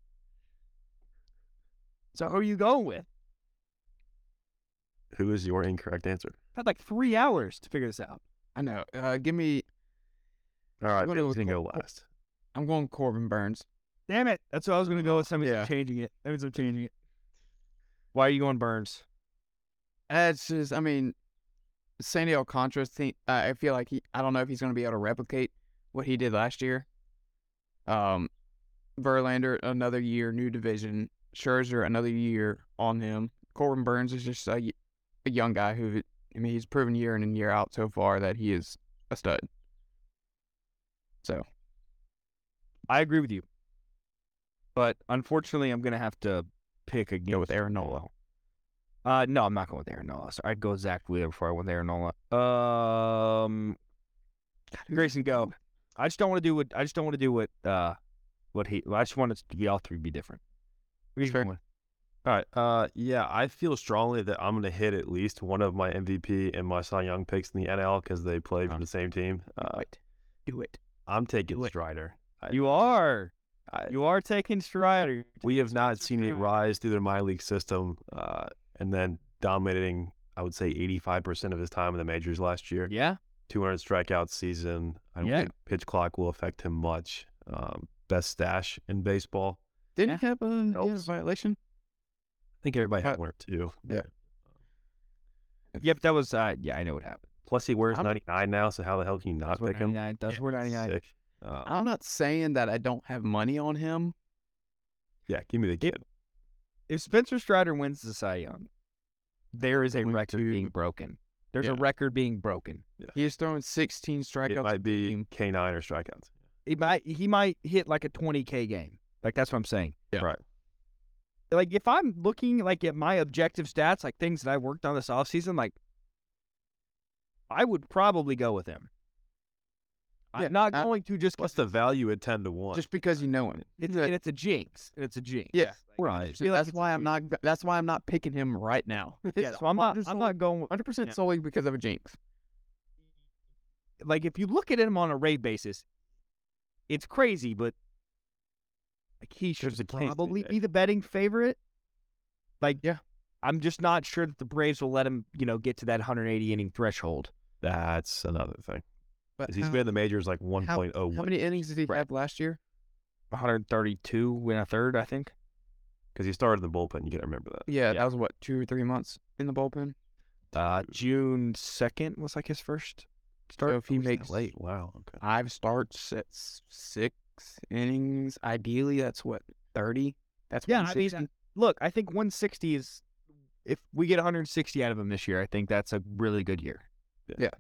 C: So who are you going with?
B: Who is your incorrect answer?
C: had like three hours to figure this out.
A: I know. Uh, give me.
B: All right.
A: gonna go
B: Who's going to go
A: Cor- Cor-
B: last?
A: I'm going Corbin Burns.
C: Damn it. That's what I was gonna go with. Somebody's
A: Yeah.
C: changing it. That means I'm changing it. Why are you going Burns?
A: That's just, I mean, Sandy Alcantara. Th- uh, I feel like he. I don't know if he's going to be able to replicate what he did last year. Um, Verlander another year, new division. Scherzer another year on him. Corbin Burns is just a, y- a young guy who, I mean, he's proven year in and year out so far that he is a stud. So
C: I agree with you. But unfortunately I'm gonna have to pick against
A: go with Aaron Nola.
C: Uh, no, I'm not going with Aaron Nola. Sorry, I'd go with Zach Wheeler before I went with Aaron Nola. Um, Grayson Go. I just don't want to do what I just don't want to do what uh, what he. I just want it to be all three be different. Where you
A: Fair.
C: going?
B: All right. Uh, yeah, I feel strongly that I'm going to hit at least one of my MVP and my Cy Young picks in the NL because they play for
C: Oh.
B: the same team. Uh,
C: Do it. Do it.
B: I'm taking
C: Wait.
B: Strider. I-
C: You are.
B: I-
C: you are taking Strider.
B: We have not seen it
A: Strider.
B: rise through the minor league system, uh, and then dominating. I would say 85% of his time in the majors last year.
C: Yeah.
B: 200 strikeout season. I don't
C: Yeah.
B: think pitch clock will affect him much. Um, best stash in baseball.
A: Didn't he have a he had a
B: Helps.
A: violation?
B: I think everybody had
C: Uh,
A: But-
B: one or two.
A: Yeah.
C: Yep. That was. Uh, yeah, I know what happened.
B: Plus, he wears
A: I'm-
B: 99 now, so how the hell can you not
C: That's where
B: pick him?
C: 99 That's
A: Yeah.
C: where 99.
B: Sick. Uh,
A: I'm not saying that I don't have money on him.
B: yeah, give me the kid.
C: if Spencer Strider wins the Cy Young, there is a
A: Going
C: record
A: to-
C: being broken. There's a
A: Yeah.
C: record being broken.
A: He is throwing 16
B: It
A: strikeouts.
B: might be
A: game.
B: K nine or strikeouts.
C: He might he might hit like a 20k game. Like that's what I'm saying.
A: Yeah.
B: Right.
C: Like if I'm looking like at my objective stats, like things that I worked on this offseason, like I would probably go with him.
A: Yeah,
C: I'm not
A: I-
C: going to just
B: Plus the value at ten to one.
A: just because you know him.
C: it's, and it's a jinx. And it's a jinx.
A: Yeah.
C: Like,
B: right.
A: See, that's why I'm not. That's why I'm not picking him right now.
C: <laughs> yeah, so I'm not I'm not going
A: 100
C: Yeah.
A: percent solely because of a jinx.
C: like if you look at him on a rate basis, it's crazy, but like he should
B: There's a case to be
C: probably
B: made.
C: be the betting favorite. Like
A: Yeah.
C: I'm just not sure that the Braves will let him, you know, get to that 180 inning threshold.
B: That's another thing.
A: But
B: 'Cause He's
A: how,
B: been in the majors like one point oh
A: Uh, how
B: one
A: many innings did he have last year?
C: 132 and a third, I think.
B: because he started in the bullpen. You gotta remember that.
A: Yeah,
C: Yeah.
A: that was what two or three months in the bullpen.
C: Uh, June 2nd was like his first start.
A: So if he
C: It was that
A: makes
B: Late. Wow. Okay.
A: five starts at s- six innings, ideally that's what 30. That's
C: Yeah, I mean,
A: 160.
C: Look, I think 160 is if we get 160 out of him this year, I think that's a really good year.
B: Yeah.
A: Yeah.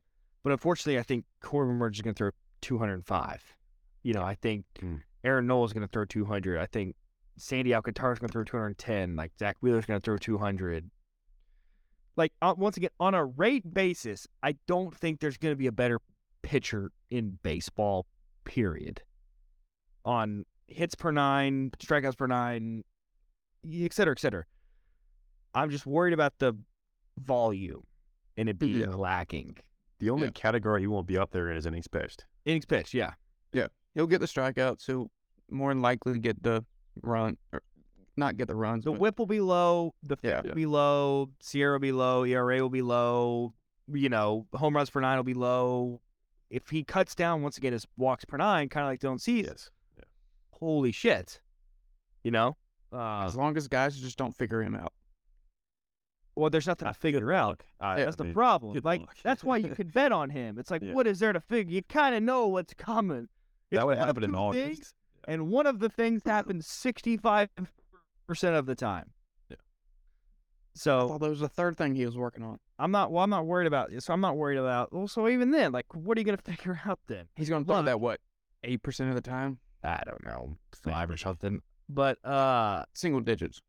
C: But unfortunately, I think Corbin Burns is going to throw 205. You know, I think
B: Hmm.
C: Aaron Noel is going to throw 200. I think Sandy Alcantara is going to throw 210. Like Zach Wheeler is going to throw 200. Like uh, once again, on a rate basis, I don't think there's going to be a better pitcher in baseball. Period. On hits per nine, strikeouts per nine, et cetera, et cetera. I'm just worried about the volume and it being
A: Yeah.
C: lacking.
B: The only
A: Yeah.
B: category he won't be up there in is innings pitched.
C: Innings pitched, yeah.
A: he'll get the strikeouts. He'll more than likely get the run, or not get the runs.
C: The
B: Mm.
A: but-
C: whip will be low, the
A: Yeah.
C: will be low, Sierra will be low, ERA will be low, you know, home runs per nine will be low. If he cuts down once again his walks per nine, kind of like Dylan Cease,
B: Yes.
C: holy shit, you know. Uh,
A: as long as guys just don't figure him out.
C: well, there's nothing to figure out.
B: I,
A: Yeah,
C: That's the
B: mean,
C: problem.
B: good
C: Like
B: luck.
C: that's why you can bet on him. It's like,
B: Yeah.
C: what is there to figure? You kind of know what's coming. It's
B: That would
C: one of
B: happen in
C: two
B: August.
C: things, and one of the
B: <laughs>
C: things happens 65% of the time.
B: Yeah.
A: I
C: So
A: thought that was the third thing he was working on.
C: I'm not, well, I'm not worried about So I'm not worried about, well, so even then, like, what are you going to <laughs> figure out then?
A: He's going to throw
C: Look.
A: that what eight percent of the time,
C: I don't know, five or something. But, uh,
A: single digits.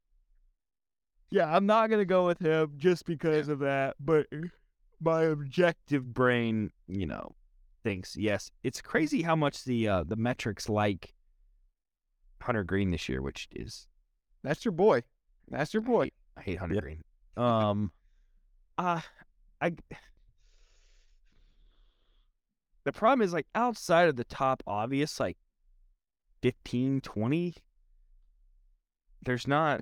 C: yeah, I'm not going to go with him just because of that. But uh, my objective brain, you know, thinks, yes, it's crazy how much the, uh, the metrics like Hunter Green this year, which is
A: That's your boy. That's your boy.
C: I hate Hunter
B: Yeah.
C: Green. Um, uh, I. The problem is like outside of the top obvious, like 15, 20, there's not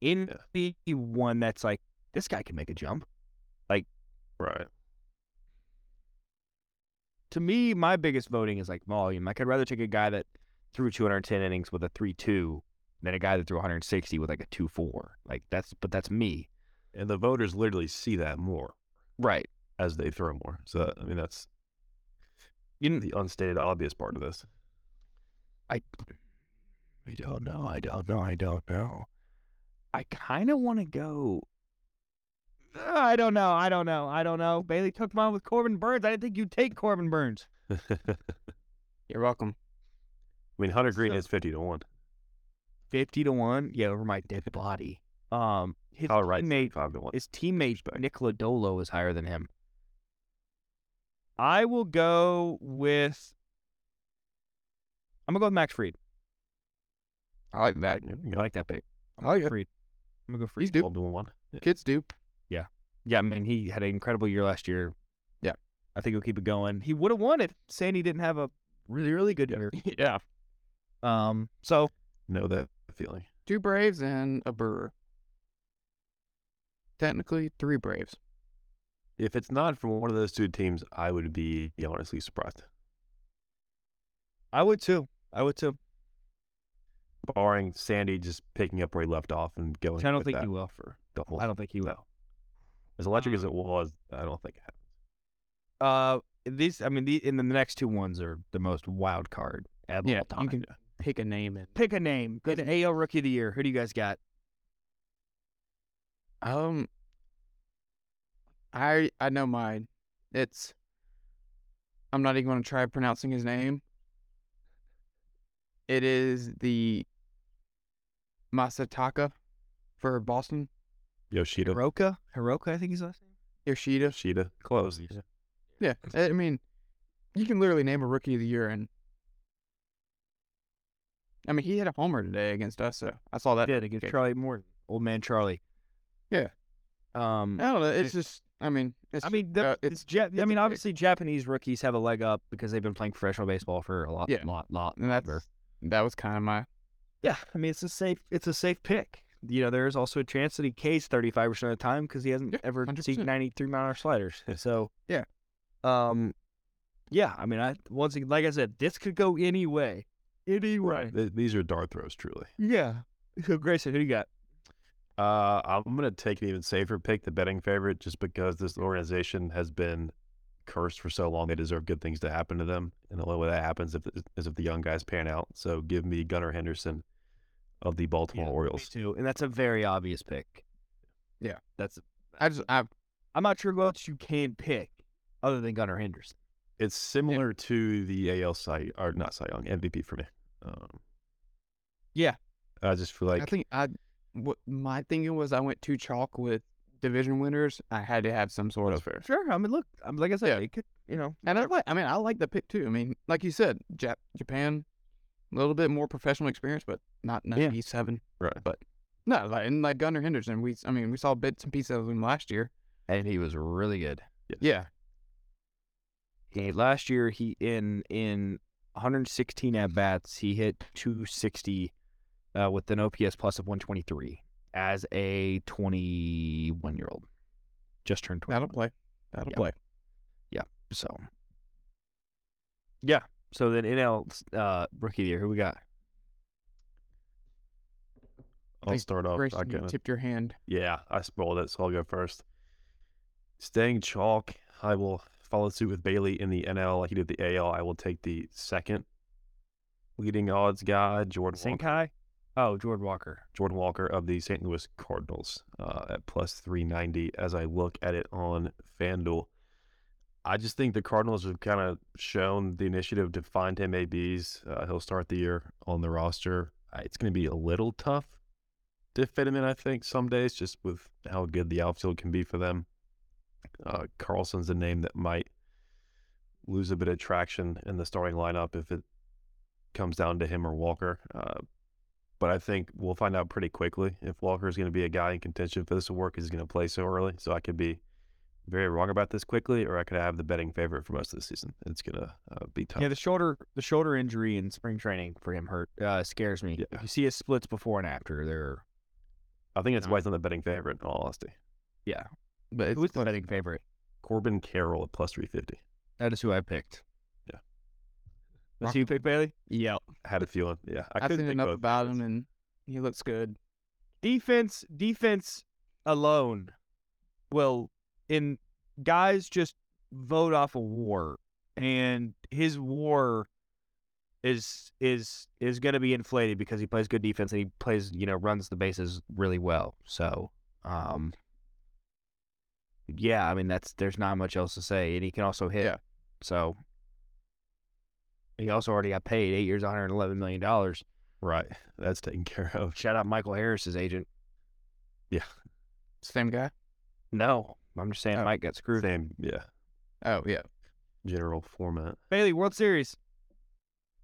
C: anyone that's like, this guy can make a jump.
B: Right.
C: To me, my biggest voting is like volume. Like, I'd rather take a guy that threw 210 innings with a 3 2 than a guy that threw 160 with like a 2 4. Like, that's, but that's me.
B: And the voters literally see that more
C: Right.
B: as they throw more. So that- I mean that's
C: You
B: the unstated obvious part of this.
C: I I don't know. I don't know. I don't know. I kind of want to go. Uh, I don't know. I don't know. I don't know. Bailey took mine with Corbin Burns. I didn't think you'd take Corbin Burns.
B: I
A: You're welcome.
B: mean Hunter Green
C: So-
B: is fifty to one.
C: 50 to 1. Yeah, over my dead body. Um, his
B: Kyle Wright's
C: teammate,
B: five to one.
C: his teammate
B: Respect.
C: Nicola Dolo is higher than him. I will go with. I'm gonna go with Max Freed.
A: I like that.
B: There we
C: I
B: go.
C: like that pick. I'm
A: I like it.
C: I'm gonna go Freed.
A: He's due.
B: Twelve to one. Yeah.
A: Oh, Kids do.
C: Yeah, I mean, he had an incredible year last year.
A: Yeah.
C: I think he'll keep it going. He would have won it. Saying he didn't have a really, really good year.
A: <laughs> yeah.
C: Um, so
B: Know that feeling.
A: Two Braves and a Brewer. Technically, three Braves.
B: If it's not from one of those two teams, I would be honestly surprised.
C: I would too. I would too.
B: Barring Sandy just picking up where he left off and going.
C: I don't
B: with
C: think
B: that
C: he will.
B: for the whole.
C: I don't um think he will.
B: No. As electric as it was, I don't think it happened.
C: Uh, these. I mean, the in the next two ones are the most wild card at all time.
A: you can pick a name and
C: pick a name. Good AL Rookie of the Year. Who do you guys got?
A: um. I I know mine. It's. I'm not even going to try pronouncing his name. It is the Masataka for Boston.
B: Yoshida.
C: Hiroka. Hiroka, I think his last name.
A: Yoshida.
B: Yoshida. Close. Yeah.
A: Yeah, I I mean, you can literally name a rookie of the year, and I mean, he hit a homer today against us, so I saw that.
C: did against
A: Uh, okay.
C: Charlie Morton, old man Charlie.
A: Yeah.
C: Um,
A: I don't know. It's just, I mean, it's,
C: I mean, the,
A: uh,
C: it's,
A: it's-
C: Jap- I
A: a
C: mean,
A: pick.
C: obviously, Japanese rookies have a leg up because they've been playing professional baseball for a lot,
A: Yeah.
C: lot, lot
A: and that's
C: longer.
A: that was kind of my
C: Yeah, I mean, it's a safe, it's a safe pick. You know, there is also a chance that he Ks thirty five percent of the time because he hasn't
A: Yeah,
C: ever
A: 100%.
C: seen ninety three mile an hour sliders. <laughs> So
A: Yeah.
C: um, yeah. I mean, I once again, like I said, this could go any way, any way.
B: Th- these are dart throws, truly.
C: Yeah. So Grayson, who do you got?
B: Uh, I'm going to take an even safer pick, the betting favorite, just because this organization has been cursed for so long. They deserve good things to happen to them. And the only way that happens if, is if the young guys pan out. So give me Gunnar Henderson of the Baltimore
C: Yeah,
B: Orioles.
C: Me too, and that's a very obvious pick.
A: Yeah.
C: that's.
A: I just I
C: I'm not sure who else you can pick other than Gunnar Henderson.
B: It's similar to the AL Cy, or not Cy Young, MVP for me. Um,
A: Yeah.
B: I just feel like
A: I think I what my thinking was I went too chalk with division winners. I had to have some sort
B: that's
A: of,
B: fair.
C: Sure. I mean, look, I'm like I said,
A: Yeah.
C: it could, you know,
A: and I like I mean I like the pick too. I mean, like you said, Jap- Japan, a little bit more professional experience, but not ninety seven.
B: Right.
A: No, like and like Gunnar Henderson, we I mean we saw bits and pieces of him last year.
C: and he was really good.
A: Yeah,
C: He, last year, he in in 116 at bats, he hit 260 uh, with an OPS plus of 123 as a 21 year old, just turned 21.
A: that'll play. That'll
C: Yeah.
A: play.
C: So, yeah. So then NL uh, rookie of the year, who we got?
B: I'll
A: think
B: start off. I
A: Grayson, you
B: kinda-
A: tipped your hand.
B: Yeah, I spoiled it, so I'll go first. Staying chalk, I will follow suit with Bailey in the NL like he did the AL. I will take the second leading odds guy, Jordan Walker,
C: Senkai? Oh, Jordan Walker.
B: Jordan Walker of the St. Louis Cardinals uh, at plus 390 as I look at it on FanDuel. I just think the Cardinals have kind of shown the initiative to find him ABs. Uh, he'll start the year on the roster. Uh, It's going to be a little tough to fit him in, I think, some days, just with how good the outfield can be for them. Uh, Carlson's a name that might lose a bit of traction in the starting lineup if it comes down to him or Walker. Uh, but I think we'll find out pretty quickly if Walker is going to be a guy in contention for this award because he's going to play so early. So I could be very wrong about this quickly, or I could have the betting favorite for most of the season. It's going to uh, be tough.
C: Yeah, the shoulder the shoulder injury in spring training for him hurt uh, scares me.
B: Yeah.
C: If you see his splits before and after, they're
B: I think that's why he's not the betting favorite, in all honesty.
A: But it's
C: who's the betting favorite?
B: Corbin Carroll at plus 350.
C: That is who I picked.
B: Yeah.
C: That's who you picked, Bailey.
A: yeah,
B: Had a feeling. Yeah. I
A: I've
B: couldn't
A: seen
B: think
A: enough
B: both.
A: about him, and he looks good.
C: Defense defense alone will in guys just vote off a war. And his war is is is gonna be inflated because he plays good defense and he plays, you know, runs the bases really well. So um yeah, I mean that's there's not much else to say. And he can also hit.
A: Yeah.
C: So he also already got paid eight years, hundred and eleven million dollars.
B: <laughs> Right. That's taken care of. <laughs>
C: Shout out Michael Harris's agent.
B: Yeah.
A: Same guy.
C: No, I'm just saying
A: Oh.
C: Mike got screwed.
B: Same, yeah,
A: Oh yeah.
B: general format.
D: Bailey, World
B: <laughs>
D: Series.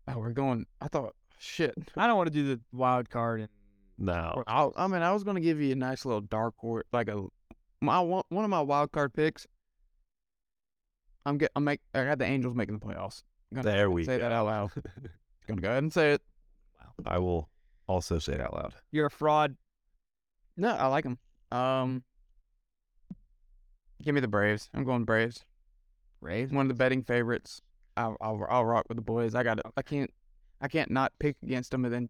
A: Oh, we're going. I thought shit.
D: I don't want to do the wild card and
B: Now,
A: I I mean, I was gonna give you a nice little dark horse, like a my one one of my wild card picks. I'm get I'm make I got the Angels making the playoffs. I'm gonna
B: there we
A: say that
B: go.
A: out loud. gonna go ahead and say it.
B: I will also say it out loud.
D: you're a fraud.
A: No, I like them. Um, give me the Braves. I'm going Braves.
B: <laughs>
C: Braves.
A: One of the betting favorites. I'll I'll, I'll rock with the boys. I got I can't I can't not pick against them and then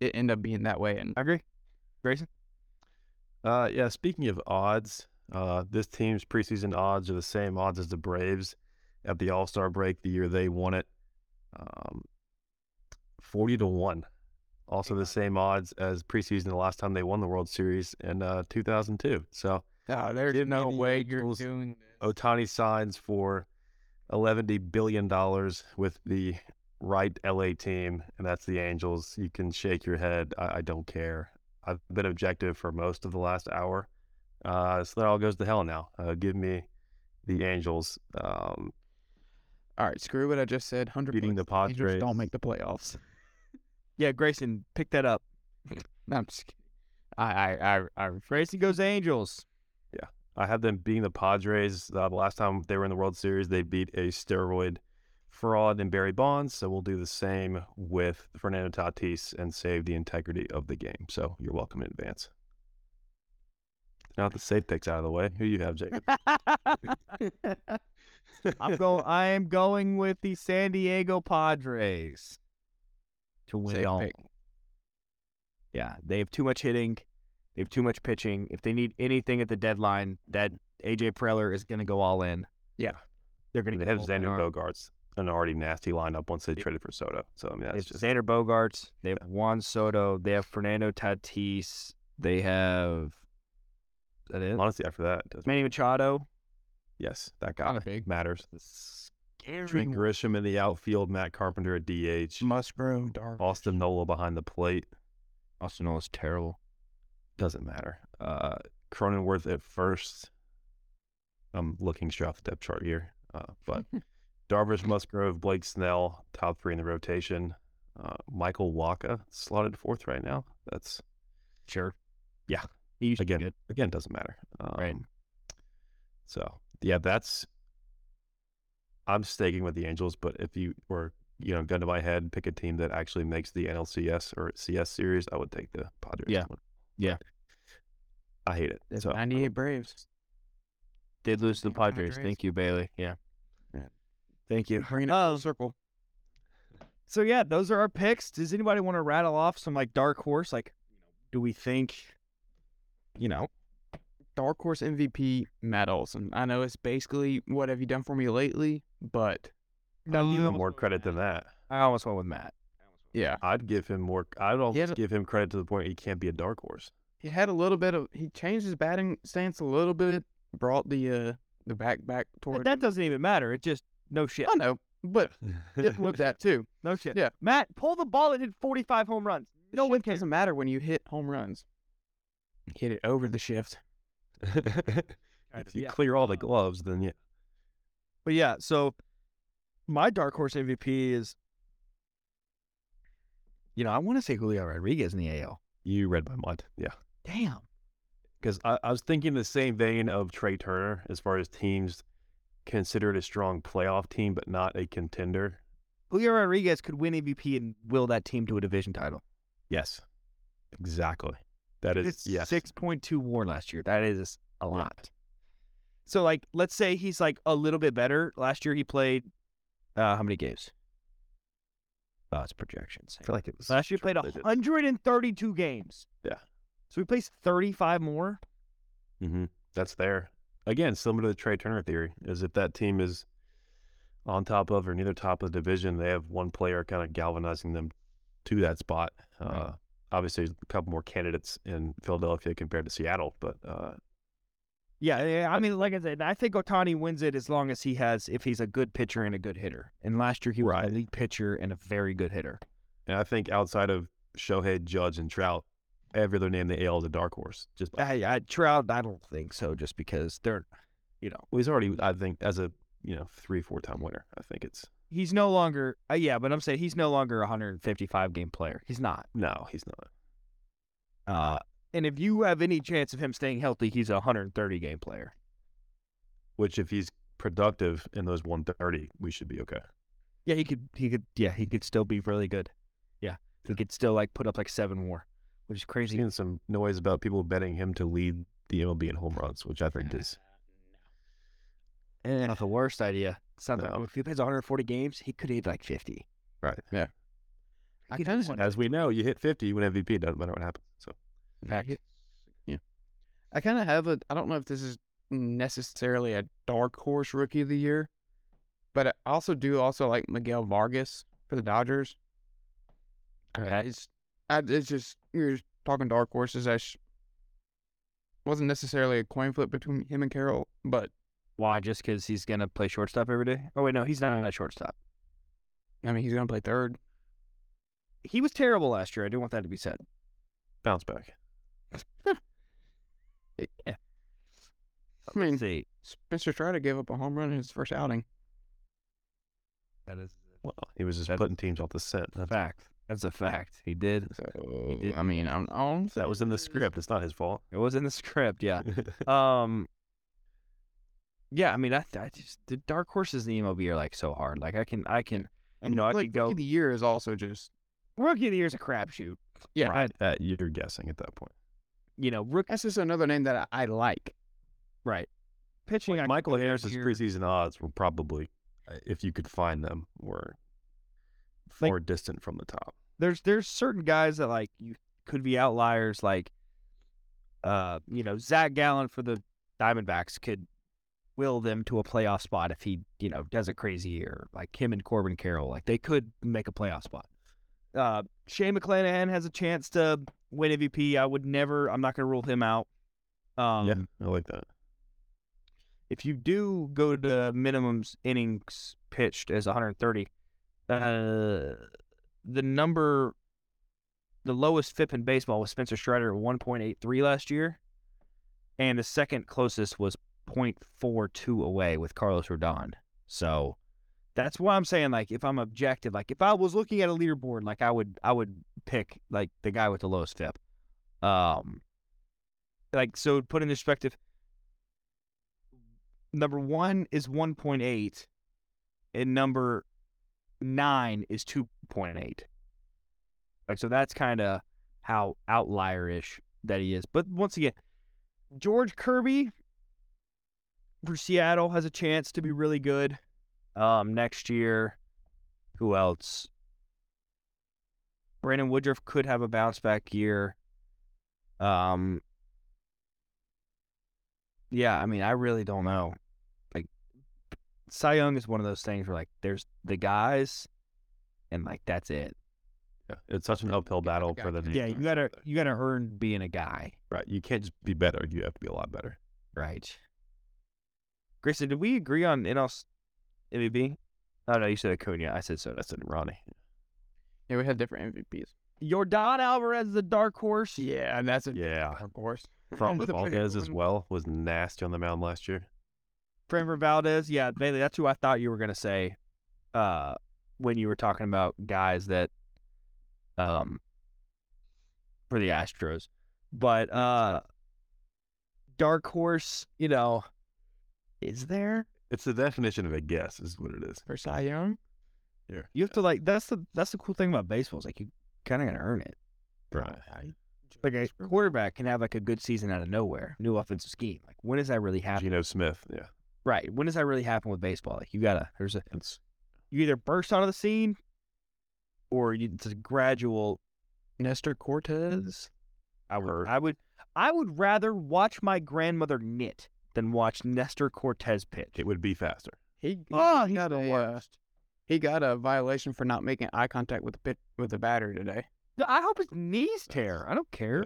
A: it end up being that way. And
C: I agree.
B: Uh, yeah. Speaking of odds, uh, this team's preseason odds are the same odds as the Braves at the All Star break the year they won it, um, forty to one. Also the same odds as preseason the last time they won the World Series in uh, two thousand two. So
A: oh, there's
B: Give me
A: no
B: the
A: way you're
B: Angels.
A: doing
B: Otani signs for eleven billion dollars with the right LA team, and that's the Angels. You can shake your head. I, I don't care. I've been objective for most of the last hour, uh, so that all goes to hell now. Uh, give me the Angels um,
A: All right, screw what I just said. Hundred
B: beating the
A: Angels
B: Padres.
A: don't make the playoffs. <laughs>
D: Yeah, Grayson, pick that up.
A: No, I'm just kidding.
D: I, I, I, I. Grayson goes Angels.
B: I have them beating the Padres. Uh, the last time they were in the World Series, they beat a steroid fraud in Barry Bonds. So we'll do the same with Fernando Tatis and save the integrity of the game. So you're welcome in advance. Now that the safe picks out of the way, who you have, Jacob?
D: I'm
B: <laughs>
D: going. I am going with the San Diego Padres.
C: to win
A: Safe
C: all.
A: pick.
C: Yeah, they have too much hitting, they have too much pitching. If they need anything at the deadline, that AJ Preller is going to go all in.
A: Yeah.
C: they're going to
B: They have Xander Bogarts, an already nasty lineup once they traded for Soto. So I mean,
C: They have
B: that's just
C: Xander Bogarts. They have Juan Soto. They have Fernando Tatis. They have. Is that it?
B: honestly after that, it doesn't-
C: Manny Machado.
B: yes, that guy
A: Not a big
B: matters. Trent Grisham in the outfield, Matt Carpenter at DH,
A: Musgrove, Dark.
B: Austin Nola behind the plate.
C: Austin Nola is terrible.
B: doesn't matter. Uh, Cronenworth at first. I'm looking straight off the depth chart here, uh,
C: <laughs>
B: but Darvish, Musgrove, Blake Snell, top three in the rotation. Uh, Michael Waka slotted fourth right now. That's
C: Sure.
B: Yeah.
C: He used
B: Again.
C: to be good.
B: again doesn't matter. Um,
C: Right.
B: So yeah, that's. I'm staking with the Angels, but if you were you know gun to my head, pick a team that actually makes the NLCS or CS series, I would take the Padres.
C: Yeah.
B: one.
C: Yeah.
B: I hate it. So,
A: Ninety-eight Braves.
C: Did lose to the
A: Yeah, Padres.
C: Padres. Thank you, Bailey. Yeah.
A: Yeah.
C: Thank you.
A: Bringing it
D: Oh.
A: full circle.
D: So yeah, those are our picks. Does anybody want to rattle off some like dark horse? Like, do we think? You know,
A: Dark horse MVP Matt Olson. I know it's basically what have you done for me lately, but
B: I'd give him more credit than that.
C: I almost went with Matt.
A: yeah,
B: I'd give him more. I'd almost
A: hasn't-
B: give him credit to the point he can't be a dark horse. <laughs>
A: he had a little bit of he changed his batting stance a little bit, brought the uh the back back toward.
D: that doesn't even matter. It just no shit,
A: I know, but it with that too.
D: no shit.
A: Yeah.
D: Matt, pull the ball. It hit 45 home runs.
A: No, it doesn't matter when you hit home runs. Hit it over the shift.
B: if you
D: Yeah.
B: clear all the gloves, then yeah.
D: But yeah, so my dark horse MVP is
C: You know, I want to say Julio Rodriguez in the AL.
B: You read my mind. Yeah.
D: damn.
B: Because I, I was thinking the same vein of Trey Turner as far as teams considered a strong playoff team, but not a contender.
C: Julio Rodriguez could win MVP and will that team to a division title.
B: Yes. Exactly. That is,
C: It's
B: yes.
C: six point two WAR last year. That is a lot.
D: So like, let's say he's like a little bit better. Last year he played.
C: Uh, how many games? Oh, it's projections.
B: I feel like it was
D: Last year he played
B: triple digits.
D: 132 games.
B: Yeah.
D: So he plays 35 more.
B: Mm-hmm. That's there. Again, similar to the Trey Turner theory, is if that team is on top of or near the top of the division, they have one player kind of galvanizing them to that spot. Uh, obviously, there's a couple more candidates in Philadelphia compared to Seattle, but uh,
D: Yeah, yeah. I mean, like I said, I think Otani wins it as long as he has, if he's a good pitcher and a good hitter. And last year he was
B: Right.
D: a league pitcher and a very good hitter.
B: and I think outside of Shohei Judge and Trout, every other name they ale is a dark horse. Just ah, by,
E: I, I Trout, I don't think so, just because they're, you know,
B: well, he's already, I think, as a you know three four time winner. I think it's
C: He's no longer. Uh, yeah, but I'm saying he's no longer a 155 game player.
E: he's not.
B: no, he's not.
E: Uh,
C: And if you have any chance of him staying healthy, he's a 130 game player.
B: Which if he's productive in those one thirty, we should be okay.
E: yeah, he could, he could, yeah, he could still be really good. Yeah, he could still like put up like seven more, which is crazy.
B: Seeing some noise about people betting him to lead the MLB in home runs, which I think is
E: Not the worst idea. Eh. It's not
B: No.
E: the, if he plays 140 games, he could hit like 50.
B: right.
A: I
E: He
A: kinda
E: doesn't-
B: As we know, you hit fifty, you win MVP. Doesn't matter what happens. So
E: fact.
A: Yeah. I kind of have a. I don't know if this is necessarily a dark horse rookie of the year, but I also do also like Miguel Vargas for the Dodgers.
E: Okay.
A: It's, I, it's just you're talking dark horses. I sh- wasn't necessarily a coin flip between him and Carroll, but
E: Why? Just because he's gonna play shortstop every day? Oh wait, no, he's not a shortstop.
A: I mean he's gonna play third.
E: He was terrible last year. I do want that to be said.
B: bounce back.
E: Yeah.
A: I mean
E: See,
A: Spencer Strider gave up a home run in his first outing.
E: that is
B: Well, he was just
E: That-
B: putting teams off the scent.
E: a
B: That,
E: fact. That's a fact. He did.
A: So
E: did.
A: I mean I'm, I'm
B: that was in the script. It's not his fault.
E: It was in the script.
A: <laughs>
E: Yeah. Um. Yeah, I mean, I, I just the dark horses in the MLB are like so hard. Like I can, I can.
A: and,
E: know, I
A: like
E: could go-
A: rookie of the year is also just
E: Rookie of the year is a crapshoot.
A: Yeah.
E: Right.
B: That you're guessing at that point.
E: You know, rook
A: that's just another name that I, I like.
E: right.
C: Pitching. I-
B: Michael Harris's
C: here-
B: preseason odds were probably, uh, if you could find them, were
C: Like-
B: far distant from the top.
C: there's there's certain guys that like you could be outliers like uh
E: you know, Zach Gallen for the Diamondbacks could will them to a playoff spot if he, you know, does a crazy year. Like him and Corbin Carroll, like they could make a playoff spot.
C: uh Shea McClanahan has a chance to win MVP. I would never I'm not gonna rule him out. Um
B: yeah, I like that.
C: if you do go to minimums innings pitched as 130, uh, the number, the lowest FIP in baseball was Spencer Strider at 1.83 last year, and the second closest was 0.42 away with Carlos Rodon. So that's why I'm saying like if I'm objective, like if I was looking at a leaderboard, like I would I would pick like the guy with the lowest FIP. Um, like so put in perspective number one is 1.8 and number nine is 2.8 like so that's kind of how outlier-ish that he is but once again george kirby for seattle has a chance to be really good um next year who else brandon woodruff could have a bounce back year um
E: Yeah, I mean, I really don't know.
C: Cy Young is one of those things where like there's the guys, and like that's it.
B: Yeah. It's such an uphill battle for the
A: Yeah,
C: Yeah, you gotta you gotta earn being a
E: Guy,
B: right. You can't just be better. You have to be a lot better.
E: right?
C: Grayson. Did we agree on NL MVP? Oh no, you said Acuna. I said so.
B: I said Ronnie.
A: Yeah, we had different MVPs.
C: Your Don Alvarez, the dark horse.
A: Yeah, and that's a
B: Yeah,
A: dark horse.
B: From
A: Another player
B: Valdez as
A: wouldn't-
B: well was nasty on the mound last year.
C: Framber Valdez. Yeah, Bailey. That's who I thought you were gonna say. Uh, when you were talking about guys that, um, for the Astros, but uh, dark horse. You know, is there?
B: It's the definition of a guess, is what it is.
A: For Cy Young,
C: You have to like that's the that's the cool thing about baseball is like you kind of gotta earn it.
B: Right.
C: Like a quarterback can have like a good season out of nowhere, new offensive scheme. Like when does that really happen?
B: Geno Smith. Yeah,
C: Right. When does that really happen with baseball? Like you gotta there's a
B: it's
C: you either burst onto the scene, or you, it's a gradual.
A: Nestor Cortez.
C: I
B: Or-
C: would I would I would rather watch my grandmother knit than watch Nestor Cortez pitch.
B: it Ah, would be faster.
A: He
C: Oh, he
A: got a uh, he got a violation for not making eye contact with the pit, with the batter today.
C: I hope his knees tear. I don't care.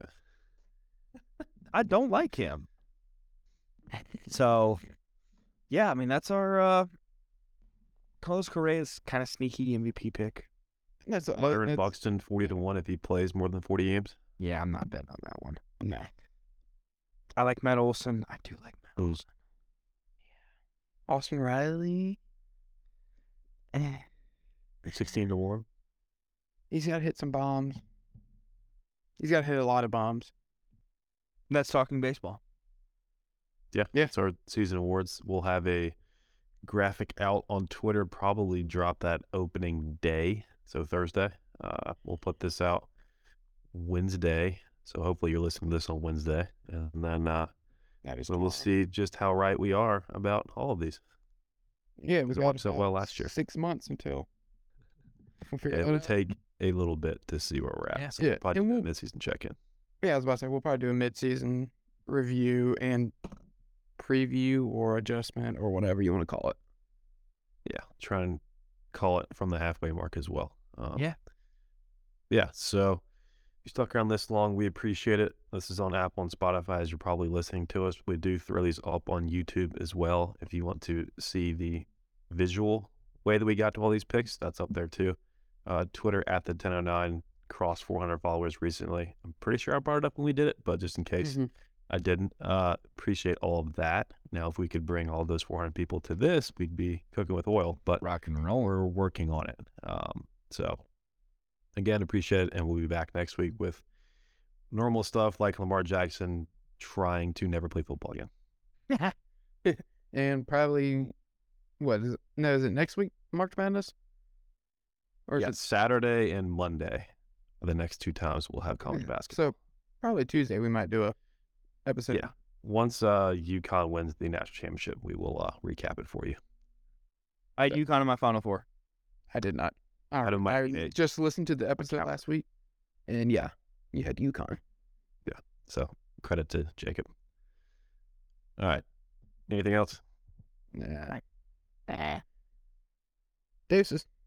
B: Yeah.
C: I don't like him. So, yeah, I mean that's our uh Carlos Correa's kind of sneaky MVP pick.
A: That's the other-
B: Aaron
A: that's-
B: Buxton, 40 to 1 if he plays more than 40 games.
C: Yeah, I'm not betting on that one.
A: No.
D: Eh. I like Matt Olson. I do like Matt Olson.
A: Austin Riley. Eh,
B: 16 to 1.
A: He's got to hit some bombs. He's got to hit a lot of bombs.
D: That's talking baseball.
B: Yeah.
A: Yeah.
B: It's our season awards. We'll have a graphic out on Twitter, probably drop that opening day. So Thursday. Uh, we'll put this out Wednesday. So hopefully you're listening to this on Wednesday. And then uh,
A: That is
B: so we'll see just how right we are about all of these.
A: Yeah, we
B: It
A: got
B: worked so
A: about
B: well last year.
A: Six months until. We'll figure
B: It
A: that
B: will
A: out.
B: take a little bit to see where we're at.
D: Yeah.
B: So we'll
A: Yeah, it
B: probably do
A: will.
B: that mid-season check-in.
A: Yeah, I was about to say we'll probably do a mid-season review and preview or adjustment or whatever you want to call it.
B: yeah, try and call it from the halfway mark as well. Um,
D: Yeah.
B: Yeah. So if you stuck around this long, we appreciate it. This is on Apple and Spotify as you're probably listening to us. We do throw these up on YouTube as well. If you want to see the visual way that we got to all these picks, that's up there too. Uh, Twitter at the 1009 crossed 400 followers recently. I'm pretty sure I brought it up when we did it, but just in case. I didn't. Uh, appreciate all of that. Now, if we could bring all those 400 people to this, we'd be cooking with oil, but
C: Rock and roll.
B: we're working on it. Um, so, again, appreciate it. And we'll be back next week with normal stuff like Lamar Jackson trying to never play football again.
A: And probably, what is it? No, is it next week, March Madness? Or is
B: yeah,
A: it
B: Saturday and Monday are the next two times we'll have
A: <clears throat>
B: college
A: Yeah,
B: basketball.
A: So probably Tuesday we might do a episode.
B: Yeah. Once uh, UConn wins the national championship, we will uh, recap it for you.
D: I had UConn in my Final Four.
A: I did not. I,
B: Out of my-
A: I just listened to the episode last week, and yeah, you had UConn.
B: So, credit to Jacob. All right. Anything else?
A: Nah. Deuces.